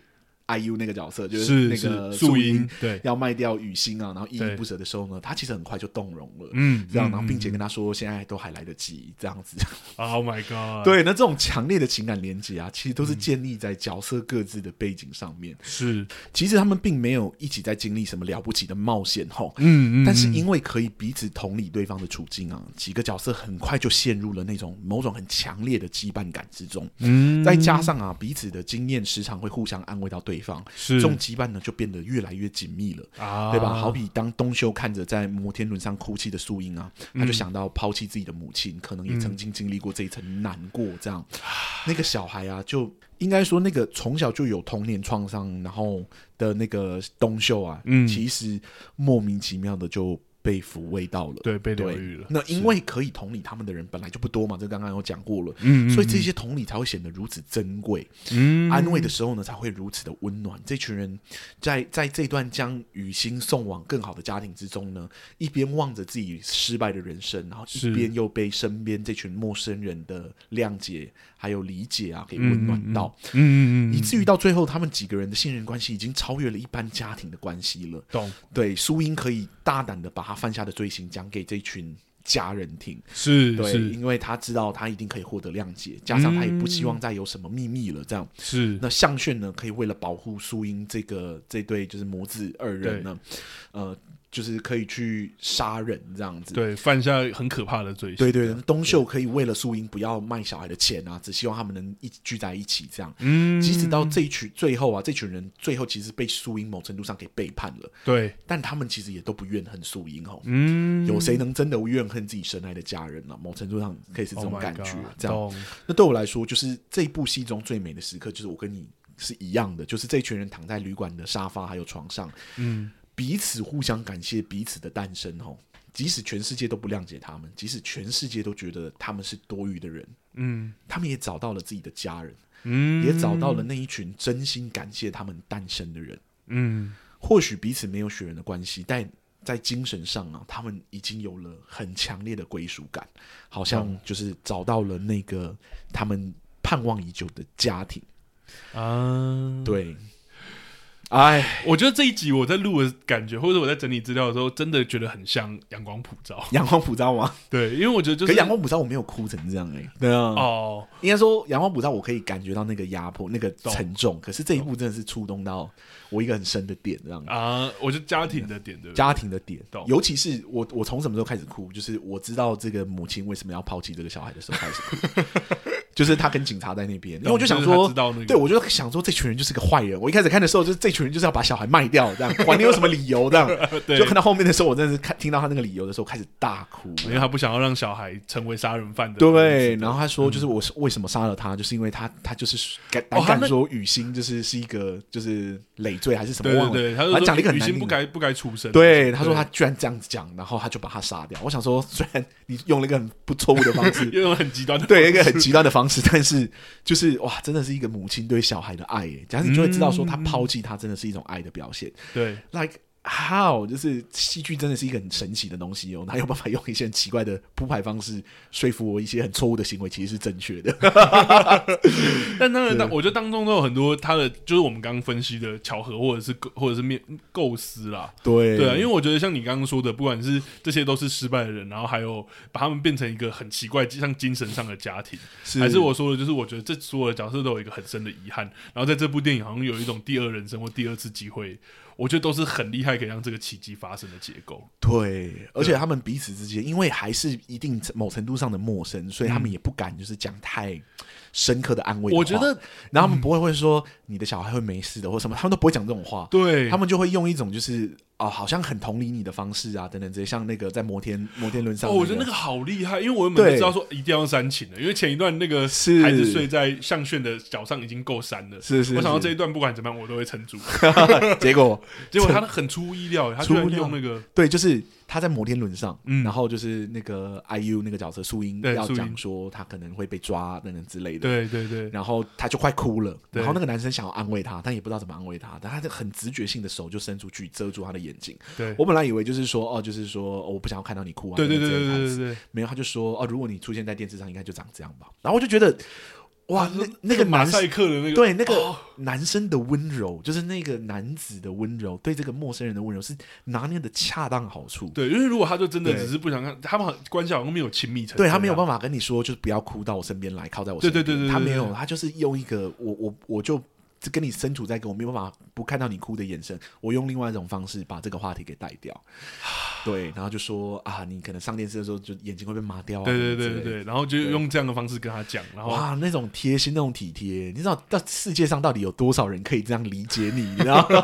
[SPEAKER 2] IU 那个角色，就是那个
[SPEAKER 1] 是素
[SPEAKER 2] 英
[SPEAKER 1] 英，对，
[SPEAKER 2] 要卖掉雨欣啊，然后依依
[SPEAKER 1] 对
[SPEAKER 2] 不舍的时候呢，他其实很快就动容了。
[SPEAKER 1] 嗯，
[SPEAKER 2] 这样，然
[SPEAKER 1] 嗯
[SPEAKER 2] 后并且跟他说，现在都还来得及，这样子。
[SPEAKER 1] ，Oh my God，，
[SPEAKER 2] 对，那这种强烈的情感连接啊，其实都是
[SPEAKER 1] 嗯
[SPEAKER 2] 建立在角色各自的背景上面。
[SPEAKER 1] 是，
[SPEAKER 2] 其实他们并没有一起在经历什么了不起的冒险吼，
[SPEAKER 1] 嗯嗯，
[SPEAKER 2] 但是
[SPEAKER 1] 嗯
[SPEAKER 2] 因为可以彼此同理对方的处境啊，几个角色很快就陷入了那种某种很强烈的羁绊感之中。
[SPEAKER 1] 嗯
[SPEAKER 2] 再加上啊，彼此的经验时常会互相安慰到对方，
[SPEAKER 1] 是
[SPEAKER 2] 这种羁绊呢就变得越来越紧密了。
[SPEAKER 1] 啊，
[SPEAKER 2] 对吧？好比当东修看着在摩天轮上哭泣的素英啊，
[SPEAKER 1] 嗯
[SPEAKER 2] 他就想到抛弃自己的母亲，可能也曾经经历过这一层难过，这样、
[SPEAKER 1] 嗯
[SPEAKER 2] 那个小孩啊，就应该说那个从小就有童年创伤，然后的那个东秀啊，
[SPEAKER 1] 嗯
[SPEAKER 2] 其实莫名其妙的就。被抚慰到了，
[SPEAKER 1] 对，被疗
[SPEAKER 2] 对
[SPEAKER 1] 愈了。
[SPEAKER 2] 那因为可以同理他们的人本来就不多嘛，这刚刚有讲过了，
[SPEAKER 1] 嗯，嗯
[SPEAKER 2] 所以这些同理才会显得如此珍贵。
[SPEAKER 1] 嗯
[SPEAKER 2] 安慰的时候呢，才会如此的温暖。这群人在在这段将雨欣送往更好的家庭之中呢，一边望着自己失败的人生，然后
[SPEAKER 1] 是
[SPEAKER 2] 一边又被身边这群陌生人的谅解还有理解啊，给温暖到，
[SPEAKER 1] 嗯嗯嗯，
[SPEAKER 2] 以至于到最后，他们几个人的信任关系已经超越了一般家庭的关系了。
[SPEAKER 1] 懂
[SPEAKER 2] 对，苏英可以大胆的把她犯下的罪行讲给这群家人听。
[SPEAKER 1] 是
[SPEAKER 2] 对，
[SPEAKER 1] 是
[SPEAKER 2] 因为他知道他一定可以获得谅解，加上他也不希
[SPEAKER 1] 嗯
[SPEAKER 2] 望再有什么秘密了。这样，
[SPEAKER 1] 是，
[SPEAKER 2] 那项炫呢，可以为了保护苏英这个这对就是魔子二人呢，呃，就是可以去杀人这样子。
[SPEAKER 1] 对，犯下很可怕的罪行。
[SPEAKER 2] 对对对，东秀可以为了苏英不要卖小孩的钱啊，只希望他们能一起聚在一起这样。
[SPEAKER 1] 嗯，
[SPEAKER 2] 即使到这一群最后啊，这群人最后其实被苏英某程度上给背叛了，
[SPEAKER 1] 对，
[SPEAKER 2] 但他们其实也都不怨恨苏英哦。
[SPEAKER 1] 嗯，
[SPEAKER 2] 有谁能真的怨恨自己深爱的家人呢、某程度上可以是这
[SPEAKER 1] Oh
[SPEAKER 2] 种
[SPEAKER 1] my
[SPEAKER 2] 感觉，
[SPEAKER 1] God，
[SPEAKER 2] 这样。
[SPEAKER 1] 懂
[SPEAKER 2] 那对我来说，就是这一部戏中最美的时刻，就是我跟你是一样的，就是这群人躺在旅馆的沙发还有床上，
[SPEAKER 1] 嗯，
[SPEAKER 2] 彼此互相感谢彼此的诞生吼。即使全世界都不谅解他们，即使全世界都觉得他们是多余的人，
[SPEAKER 1] 嗯
[SPEAKER 2] 他们也找到了自己的家人，
[SPEAKER 1] 嗯，
[SPEAKER 2] 也找到了那一群真心感谢他们诞生的人。
[SPEAKER 1] 嗯，
[SPEAKER 2] 或许彼此没有血缘的关系，但在精神上啊，他们已经有了很强烈的归属感，好像就是找到了那个他们盼望已久的家庭。
[SPEAKER 1] 啊，
[SPEAKER 2] 对，哎，
[SPEAKER 1] 我觉得这一集我在录的感觉，或者我在整理资料的时候，真的觉得很像阳光普照。
[SPEAKER 2] 阳光普照吗？
[SPEAKER 1] 对，因为我觉得就
[SPEAKER 2] 可
[SPEAKER 1] 是
[SPEAKER 2] 阳光普照我没有哭成这样哎、对啊，
[SPEAKER 1] 哦，
[SPEAKER 2] 应该说阳光普照我可以感觉到那个压迫、那个沉重，可是这一部真的是触动到我一个很深的点，这样。
[SPEAKER 1] 啊，我觉得家庭的点对不对？
[SPEAKER 2] 家庭的点
[SPEAKER 1] 懂，
[SPEAKER 2] 尤其是我，我从什么时候开始哭？就是我知道这个母亲为什么要抛弃这个小孩的时候开始哭， 就是他跟警察在那边，因为我就想
[SPEAKER 1] 就是
[SPEAKER 2] 说
[SPEAKER 1] 他知，道那个
[SPEAKER 2] 对我就想说这群人就是个坏人。我一开始看的时候，就是这群人就是要把小孩卖 掉，这样管你有什么理由这样。
[SPEAKER 1] 对
[SPEAKER 2] 就看到后面的时候，我真的是看听到他那个理由的时候开始大 哭。
[SPEAKER 1] 因为他不想要让小孩成为杀人犯的
[SPEAKER 2] 对，
[SPEAKER 1] 样子
[SPEAKER 2] 然后他说，就是我是为什么杀了他，就是因为他他就是敢
[SPEAKER 1] 哦
[SPEAKER 2] 胆
[SPEAKER 1] 他那
[SPEAKER 2] 敢说雨欣就是是一个就是累赘还是什么
[SPEAKER 1] 对
[SPEAKER 2] 忘
[SPEAKER 1] 对
[SPEAKER 2] 了，
[SPEAKER 1] 对，他
[SPEAKER 2] 反
[SPEAKER 1] 就
[SPEAKER 2] 正讲了一个
[SPEAKER 1] 说
[SPEAKER 2] 很
[SPEAKER 1] 女
[SPEAKER 2] 难
[SPEAKER 1] 性不
[SPEAKER 2] 听的
[SPEAKER 1] 该不该出生。
[SPEAKER 2] 对，他说他居然这样子讲，然后他就把他杀掉。我想说， 虽然你用了一个很不错误的方 式，
[SPEAKER 1] 用那种很极端的
[SPEAKER 2] 对一个
[SPEAKER 1] 方式
[SPEAKER 2] 很极端的方式，但是就是哇，真的是一个母亲对小孩的爱耶。假如你就会知道说，他抛弃他真的是一种爱的表现。
[SPEAKER 1] 对
[SPEAKER 2] Like how 就是戏剧真的是一个很神奇的东西哦，哪有办法用一些很奇怪的铺排方式说服我一些很错误的行为其实是正确的？
[SPEAKER 1] 但当然，当我觉得当中都有很多他的，就是我们刚刚分析的巧合，或者是构或者是面构思啦。
[SPEAKER 2] 对
[SPEAKER 1] 对啊，因为我觉得像你刚刚说的，不管是这些都是失败的人，然后还有把他们变成一个很奇怪，像精神上的家庭，
[SPEAKER 2] 是
[SPEAKER 1] 还是我说的，就是我觉得这所有的角色都有一个很深的遗憾，然后在这部电影好像有一种第二人生或第二次机会，我觉得都是很厉害，可以让这个奇迹发生的结构。
[SPEAKER 2] 对，而且他们彼此之间，因为还是一定某程度上的陌生，所以他们也不敢就是讲太深刻的安慰的话。
[SPEAKER 1] 我觉得
[SPEAKER 2] 然后他们不会会说、你的小孩会没事的或什么，他们都不会讲这种话。
[SPEAKER 1] 对，
[SPEAKER 2] 他们就会用一种就是哦，好像很同理你的方式啊，等等这些，像那个在摩天摩天轮上、
[SPEAKER 1] 哦，我觉得那个好厉害，因为我原本就
[SPEAKER 2] 对
[SPEAKER 1] 知道说一定要煽情的，因为前一段那个
[SPEAKER 2] 是
[SPEAKER 1] 孩子睡在向炫的脚上已经够煽了，
[SPEAKER 2] 是是
[SPEAKER 1] 我想到
[SPEAKER 2] 是
[SPEAKER 1] 这一段不管怎么样我都会撑住，
[SPEAKER 2] 个 结果，
[SPEAKER 1] 结果他很出乎意料，他居然
[SPEAKER 2] 出乎意料
[SPEAKER 1] 用那个
[SPEAKER 2] 对，就是他在摩天轮上，
[SPEAKER 1] 嗯
[SPEAKER 2] 然后就是那个 IU 那个角色素英
[SPEAKER 1] 对
[SPEAKER 2] 要
[SPEAKER 1] 素英
[SPEAKER 2] 讲说他可能会被抓等等之类的，
[SPEAKER 1] 对对对，
[SPEAKER 2] 然后他就快哭了，
[SPEAKER 1] 对
[SPEAKER 2] 然后那个男生想要安慰他，但也不知道怎么安慰他，但他就很直觉性的手就伸出去遮住他的眼睛。
[SPEAKER 1] 对
[SPEAKER 2] 我本来以为就是说，哦，就是说、哦我不想要看到你哭啊，
[SPEAKER 1] 对对对
[SPEAKER 2] 等
[SPEAKER 1] 对
[SPEAKER 2] 等之类的
[SPEAKER 1] 对
[SPEAKER 2] 台词
[SPEAKER 1] 对对，
[SPEAKER 2] 没有，他就说，哦，如果你出现在电视上，应该就长这样吧。然后我就觉得，哇，那那个
[SPEAKER 1] 啊马
[SPEAKER 2] 男
[SPEAKER 1] 赛克的那个，
[SPEAKER 2] 对那个
[SPEAKER 1] 哦
[SPEAKER 2] 男生的温柔，就是那个男子的温柔，对这个陌生人的温柔是拿捏的恰当好处。
[SPEAKER 1] 对，因为如果他就真的
[SPEAKER 2] 对
[SPEAKER 1] 只是不想看，他们好关系好像没有亲密成这
[SPEAKER 2] 对
[SPEAKER 1] 样，
[SPEAKER 2] 他没有办法跟你说，就是不要哭到我身边来，靠在我
[SPEAKER 1] 对对
[SPEAKER 2] 身边。
[SPEAKER 1] 对对对
[SPEAKER 2] 他
[SPEAKER 1] 对
[SPEAKER 2] 没有，
[SPEAKER 1] 对
[SPEAKER 2] 他就是用一个我我我就跟你身处在一个我没有办法不看到你哭的眼神，我用另外一种方式把这个话题给带掉。对，然后就说啊，你可能上电视的时候就眼睛会被麻掉啊，
[SPEAKER 1] 对对
[SPEAKER 2] 等
[SPEAKER 1] 对
[SPEAKER 2] 等之
[SPEAKER 1] 对
[SPEAKER 2] 类的。
[SPEAKER 1] 对，然后就用这样的方式跟他讲，然后
[SPEAKER 2] 哇，那种贴心，那种体贴，你知道，到世界上到底有多少人可以这样理解你？你知道 吗，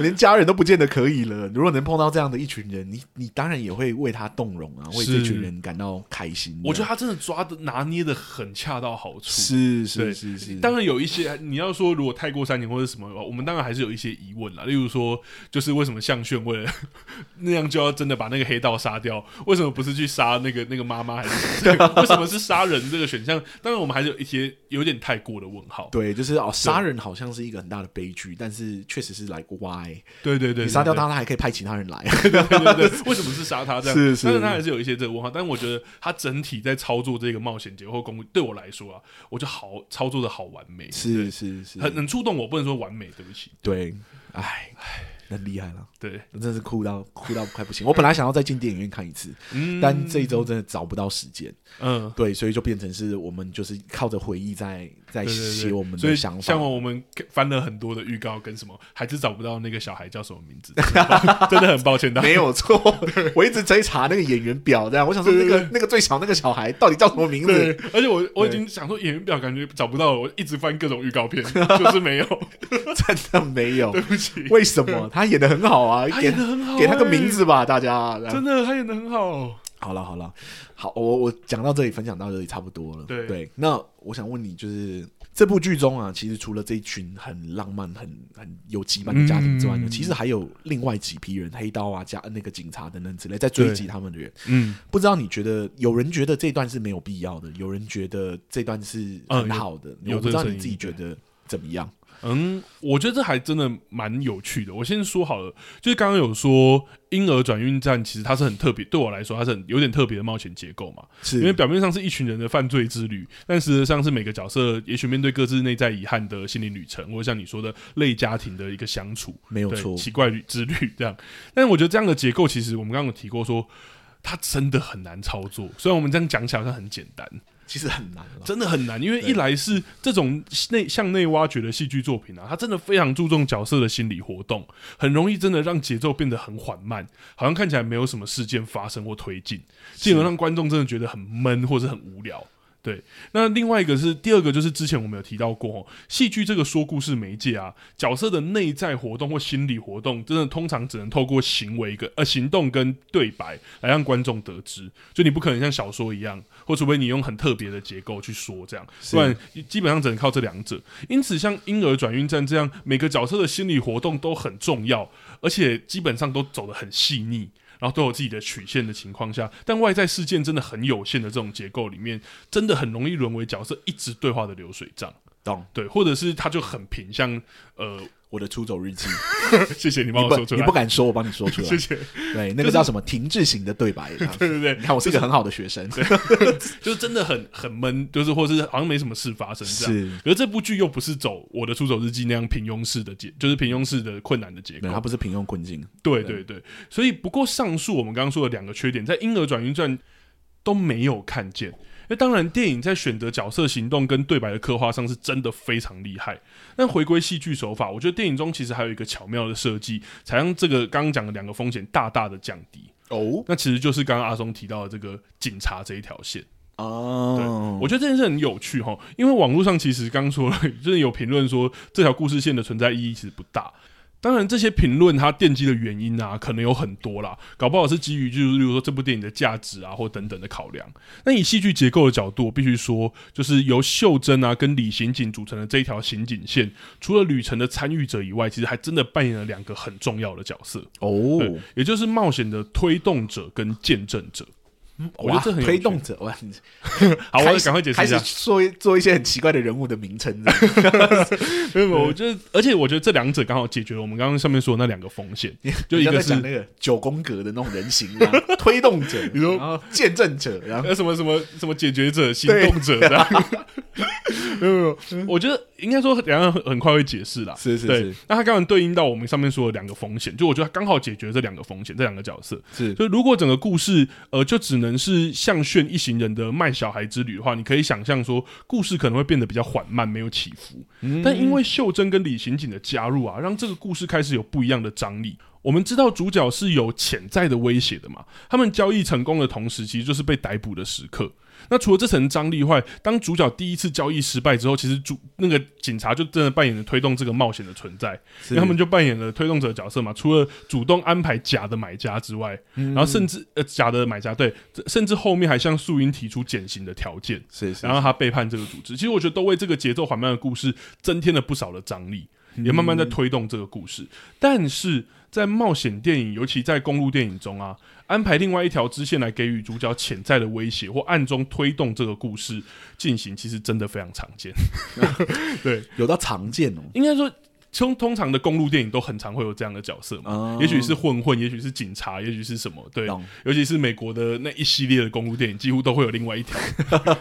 [SPEAKER 2] 连家人都不见得可以了。如果能碰到这样的一群人，你你当然也会为他动容啊，为这
[SPEAKER 1] 是
[SPEAKER 2] 群人感到开心。啊
[SPEAKER 1] 我觉
[SPEAKER 2] 得
[SPEAKER 1] 得他真的抓的拿捏的很恰到好处，
[SPEAKER 2] 是
[SPEAKER 1] 对
[SPEAKER 2] 是是是，
[SPEAKER 1] 当然有一些，你要说如如果太过三年或者什么，我们当然还是有一些疑问啦。例如说，就是为什么项炫为了 那样就要真的把那个黑道杀掉？为什么不是去杀那个那个妈妈？还是为什么是杀人这个选项？当然，我们还是有一些有点太过的问号。
[SPEAKER 2] 对，就是哦，杀人好像是一个很大的悲剧，但是确实是 like why
[SPEAKER 1] 对对对，
[SPEAKER 2] 你杀掉
[SPEAKER 1] 对
[SPEAKER 2] 他，他还可以派其他人 来。
[SPEAKER 1] 对对对，对为什么是杀他这样？
[SPEAKER 2] 是是
[SPEAKER 1] 但是他还是有一些这个问号。但是我觉得他整体在操作这个冒险节或公对我来说啊，我就好操作的好完美，
[SPEAKER 2] 是是是，
[SPEAKER 1] 很很触动我，不能说完美，对不起，
[SPEAKER 2] 对，哎，很厉害了，
[SPEAKER 1] 对，
[SPEAKER 2] 我真是哭到哭到快不行。我本来想要再进电影院看一次，
[SPEAKER 1] 嗯，
[SPEAKER 2] 但这一周真的找不到时间，
[SPEAKER 1] 嗯。
[SPEAKER 2] 对，所以就变成是我们就是靠着回忆在在
[SPEAKER 1] 对对对
[SPEAKER 2] 写我们
[SPEAKER 1] 所以
[SPEAKER 2] 的想法
[SPEAKER 1] 像。我们翻了很多的预告跟什么，还是找不到那个小孩叫什么名字，真的很抱 真的很抱歉大家。
[SPEAKER 2] 没有错，我一直追查那个演员表，这样我想说那
[SPEAKER 1] 对
[SPEAKER 2] 个那个最小那个小孩到底叫什么名
[SPEAKER 1] 对
[SPEAKER 2] 字？，
[SPEAKER 1] 而且我我已经想说演员表感觉找不到了，我一直翻各种预告 片，就是没有，
[SPEAKER 2] 真的没有
[SPEAKER 1] 对，不 起。
[SPEAKER 2] 为什么他演的很好啊？
[SPEAKER 1] 他
[SPEAKER 2] 给
[SPEAKER 1] 演的很好、哎
[SPEAKER 2] 给他个名，字吧，大家。这样
[SPEAKER 1] 真的他演的很好。
[SPEAKER 2] 好了好了，好，我我讲到这里，分享到这里差不多了。
[SPEAKER 1] 对
[SPEAKER 2] 那我想问你，就是这部剧中啊，其实除了这一群很浪漫、很很有羁绊的家庭之外呢，
[SPEAKER 1] 嗯
[SPEAKER 2] 其实还有另外几批人，黑道啊、加那个警察等等之类，在追击他们的人。
[SPEAKER 1] 嗯，
[SPEAKER 2] 不知道你觉得，有人觉得这段是没有必要的，有人觉得这段是呃很好的，
[SPEAKER 1] 有有
[SPEAKER 2] 我不知道
[SPEAKER 1] 这个声
[SPEAKER 2] 你
[SPEAKER 1] 音
[SPEAKER 2] 自己觉得怎么样？
[SPEAKER 1] 嗯，我觉得这还真的蛮有趣的。我先说好了，就是刚刚有说婴儿转运站，其实它是很特别，对我来说它是很有点特别的冒险结构嘛。
[SPEAKER 2] 是
[SPEAKER 1] 因为表面上是一群人的犯罪之旅，但实际上是每个角色也许面对各自内在遗憾的心灵旅程，或者像你说的类家庭的一个相处，
[SPEAKER 2] 没有
[SPEAKER 1] 对
[SPEAKER 2] 错，
[SPEAKER 1] 奇怪旅之旅这样。但是我觉得这样的结构，其实我们刚刚有提过说。它真的很难操作，虽然我们这样讲起来好像很简单，
[SPEAKER 2] 其实很难了。
[SPEAKER 1] 真的很难，因为
[SPEAKER 2] 对
[SPEAKER 1] 一来是这种内向内挖掘的戏剧作品啊，它真的非常注重角色的心理活动，很容易真的让节奏变得很缓慢，好像看起来没有什么事件发生或推进，进而让观众真的觉得很闷或者很无聊。对，那另外一个是第二个，就是之前我们有提到过、哦，戏剧这个说故事媒介啊，角色的内在活动或心理活动，真的通常只能透过行为跟呃行动跟对白来让观众得知，就你不可能像小说一样，或除非你用很特别的结构去说这样，
[SPEAKER 2] 是
[SPEAKER 1] 不然基本上只能靠这两者。因此，像婴儿转运站这样，每个角色的心理活动都很重要，而且基本上都走得很细腻。然后都有自己的曲线的情况下，但外在事件真的很有限的这种结构里面，真的很容易沦为角色一直对话的流水账，
[SPEAKER 2] 懂
[SPEAKER 1] 对，或者是他就很平，像呃，
[SPEAKER 2] 我的出走日记，
[SPEAKER 1] 谢谢你帮
[SPEAKER 2] 你
[SPEAKER 1] 我说出
[SPEAKER 2] 不
[SPEAKER 1] 来，
[SPEAKER 2] 你不敢说，我帮你说出 来。
[SPEAKER 1] 谢谢，
[SPEAKER 2] 对，那个叫什么停滞型的对白。这样
[SPEAKER 1] 对对对
[SPEAKER 2] 你，看，我是一个很好的 学生。
[SPEAKER 1] 就是啊真的很很闷，就是或是好像没什么事发生这样。
[SPEAKER 2] 是，
[SPEAKER 1] 可是这部剧又不是走《我的出走日记》那样平庸式的结，就是平庸式的困难的结
[SPEAKER 2] 对，
[SPEAKER 1] 构
[SPEAKER 2] 他。不是平庸困境。
[SPEAKER 1] 对对对，所以不过上述我们刚刚说的两个缺点，在《婴儿转运站》都没有看见。那当然，电影在选择角色行动跟对白的刻画上是真的非常厉害。但回归戏剧手法，我觉得电影中其实还有一个巧妙的设计，才让这个刚刚讲的两个风险大大的降低。
[SPEAKER 2] 哦
[SPEAKER 1] 那其实就是刚刚阿松提到的这个警察这一条线。
[SPEAKER 2] 哦，
[SPEAKER 1] 我觉得这件事很有趣哈，因为网络上其实刚说了，就是有评论说这条故事线的存在意义其实不大。当然，这些评论它奠基的原因啊，可能有很多啦，搞不好是基于就是例如说这部电影的价值啊，或等等的考量。那以戏剧结构的角度，我必须说，就是由秀珍啊跟李刑警组成的这一条刑警线，除了旅程的参与者以外，其实还真的扮演了两个很重要的角色，对
[SPEAKER 2] 哦，，
[SPEAKER 1] 也就是冒险的推动者跟见证者。我觉得
[SPEAKER 2] 哇
[SPEAKER 1] 这很有
[SPEAKER 2] 推
[SPEAKER 1] 趣
[SPEAKER 2] 动者，哇，
[SPEAKER 1] 好，我
[SPEAKER 2] 开
[SPEAKER 1] 要
[SPEAKER 2] 始
[SPEAKER 1] 赶快解释
[SPEAKER 2] 开
[SPEAKER 1] 一下
[SPEAKER 2] 始，做一做一些很奇怪的人物的名称这样，
[SPEAKER 1] 没有，没有我觉得，而且我觉得这两者刚好解决了我们刚刚上面说的那两个风 险，就一
[SPEAKER 2] 人家
[SPEAKER 1] 个
[SPEAKER 2] 在讲
[SPEAKER 1] 是
[SPEAKER 2] 那个九宫格的那种人形这样， 推动者，
[SPEAKER 1] 你说
[SPEAKER 2] 然后见证者，然后
[SPEAKER 1] 呃什么什么什么解决者、行动 者这
[SPEAKER 2] 啊
[SPEAKER 1] 样。没有没有， 我觉得应该说两个很很快会解释啦。
[SPEAKER 2] 是是
[SPEAKER 1] 对
[SPEAKER 2] 是，
[SPEAKER 1] 那它刚好对应到我们上面说的两个风险，就我觉得它刚好解决这两个风险，这两个角色。
[SPEAKER 2] 是
[SPEAKER 1] 就如果整个故事呃就只能是向炫一行人的卖小孩之旅的话，你可以想象说故事可能会变得比较缓慢，没有起伏。但因为秀珍跟李刑警的加入啊，让这个故事开始有不一样的张力。我们知道主角是有潜在的威胁的嘛，他们交易成功的同时，其实就是被逮捕的时刻。那除了这层张力外，当主角第一次交易失败之后，其实主那个警察就真的扮演了推动这个冒险的存在，因为他们就扮演了推动者的角色嘛。除了主动安排假的买家之外，然后甚至呃假的买家对，甚至后面还向素英提出减刑的条件，
[SPEAKER 2] 是是，
[SPEAKER 1] 然后他背叛这个组织。其实我觉得都为这个节奏缓慢的故事增添了不少的张力，也慢慢在推动这个故事。但是在冒险电影，尤其在公路电影中啊，安排另外一条支线来给予主角潜在的威胁，或暗中推动这个故事进行，其实真的非常常见。对，
[SPEAKER 2] 有到常见哦。
[SPEAKER 1] 应该说。通通常的公路电影都很常会有这样的角色嘛，
[SPEAKER 2] 哦
[SPEAKER 1] 也许是混混，也许是警察，也许是什么，对，
[SPEAKER 2] 懂
[SPEAKER 1] 尤其是美国的那一系列的公路电影，几乎都会有另外一 条，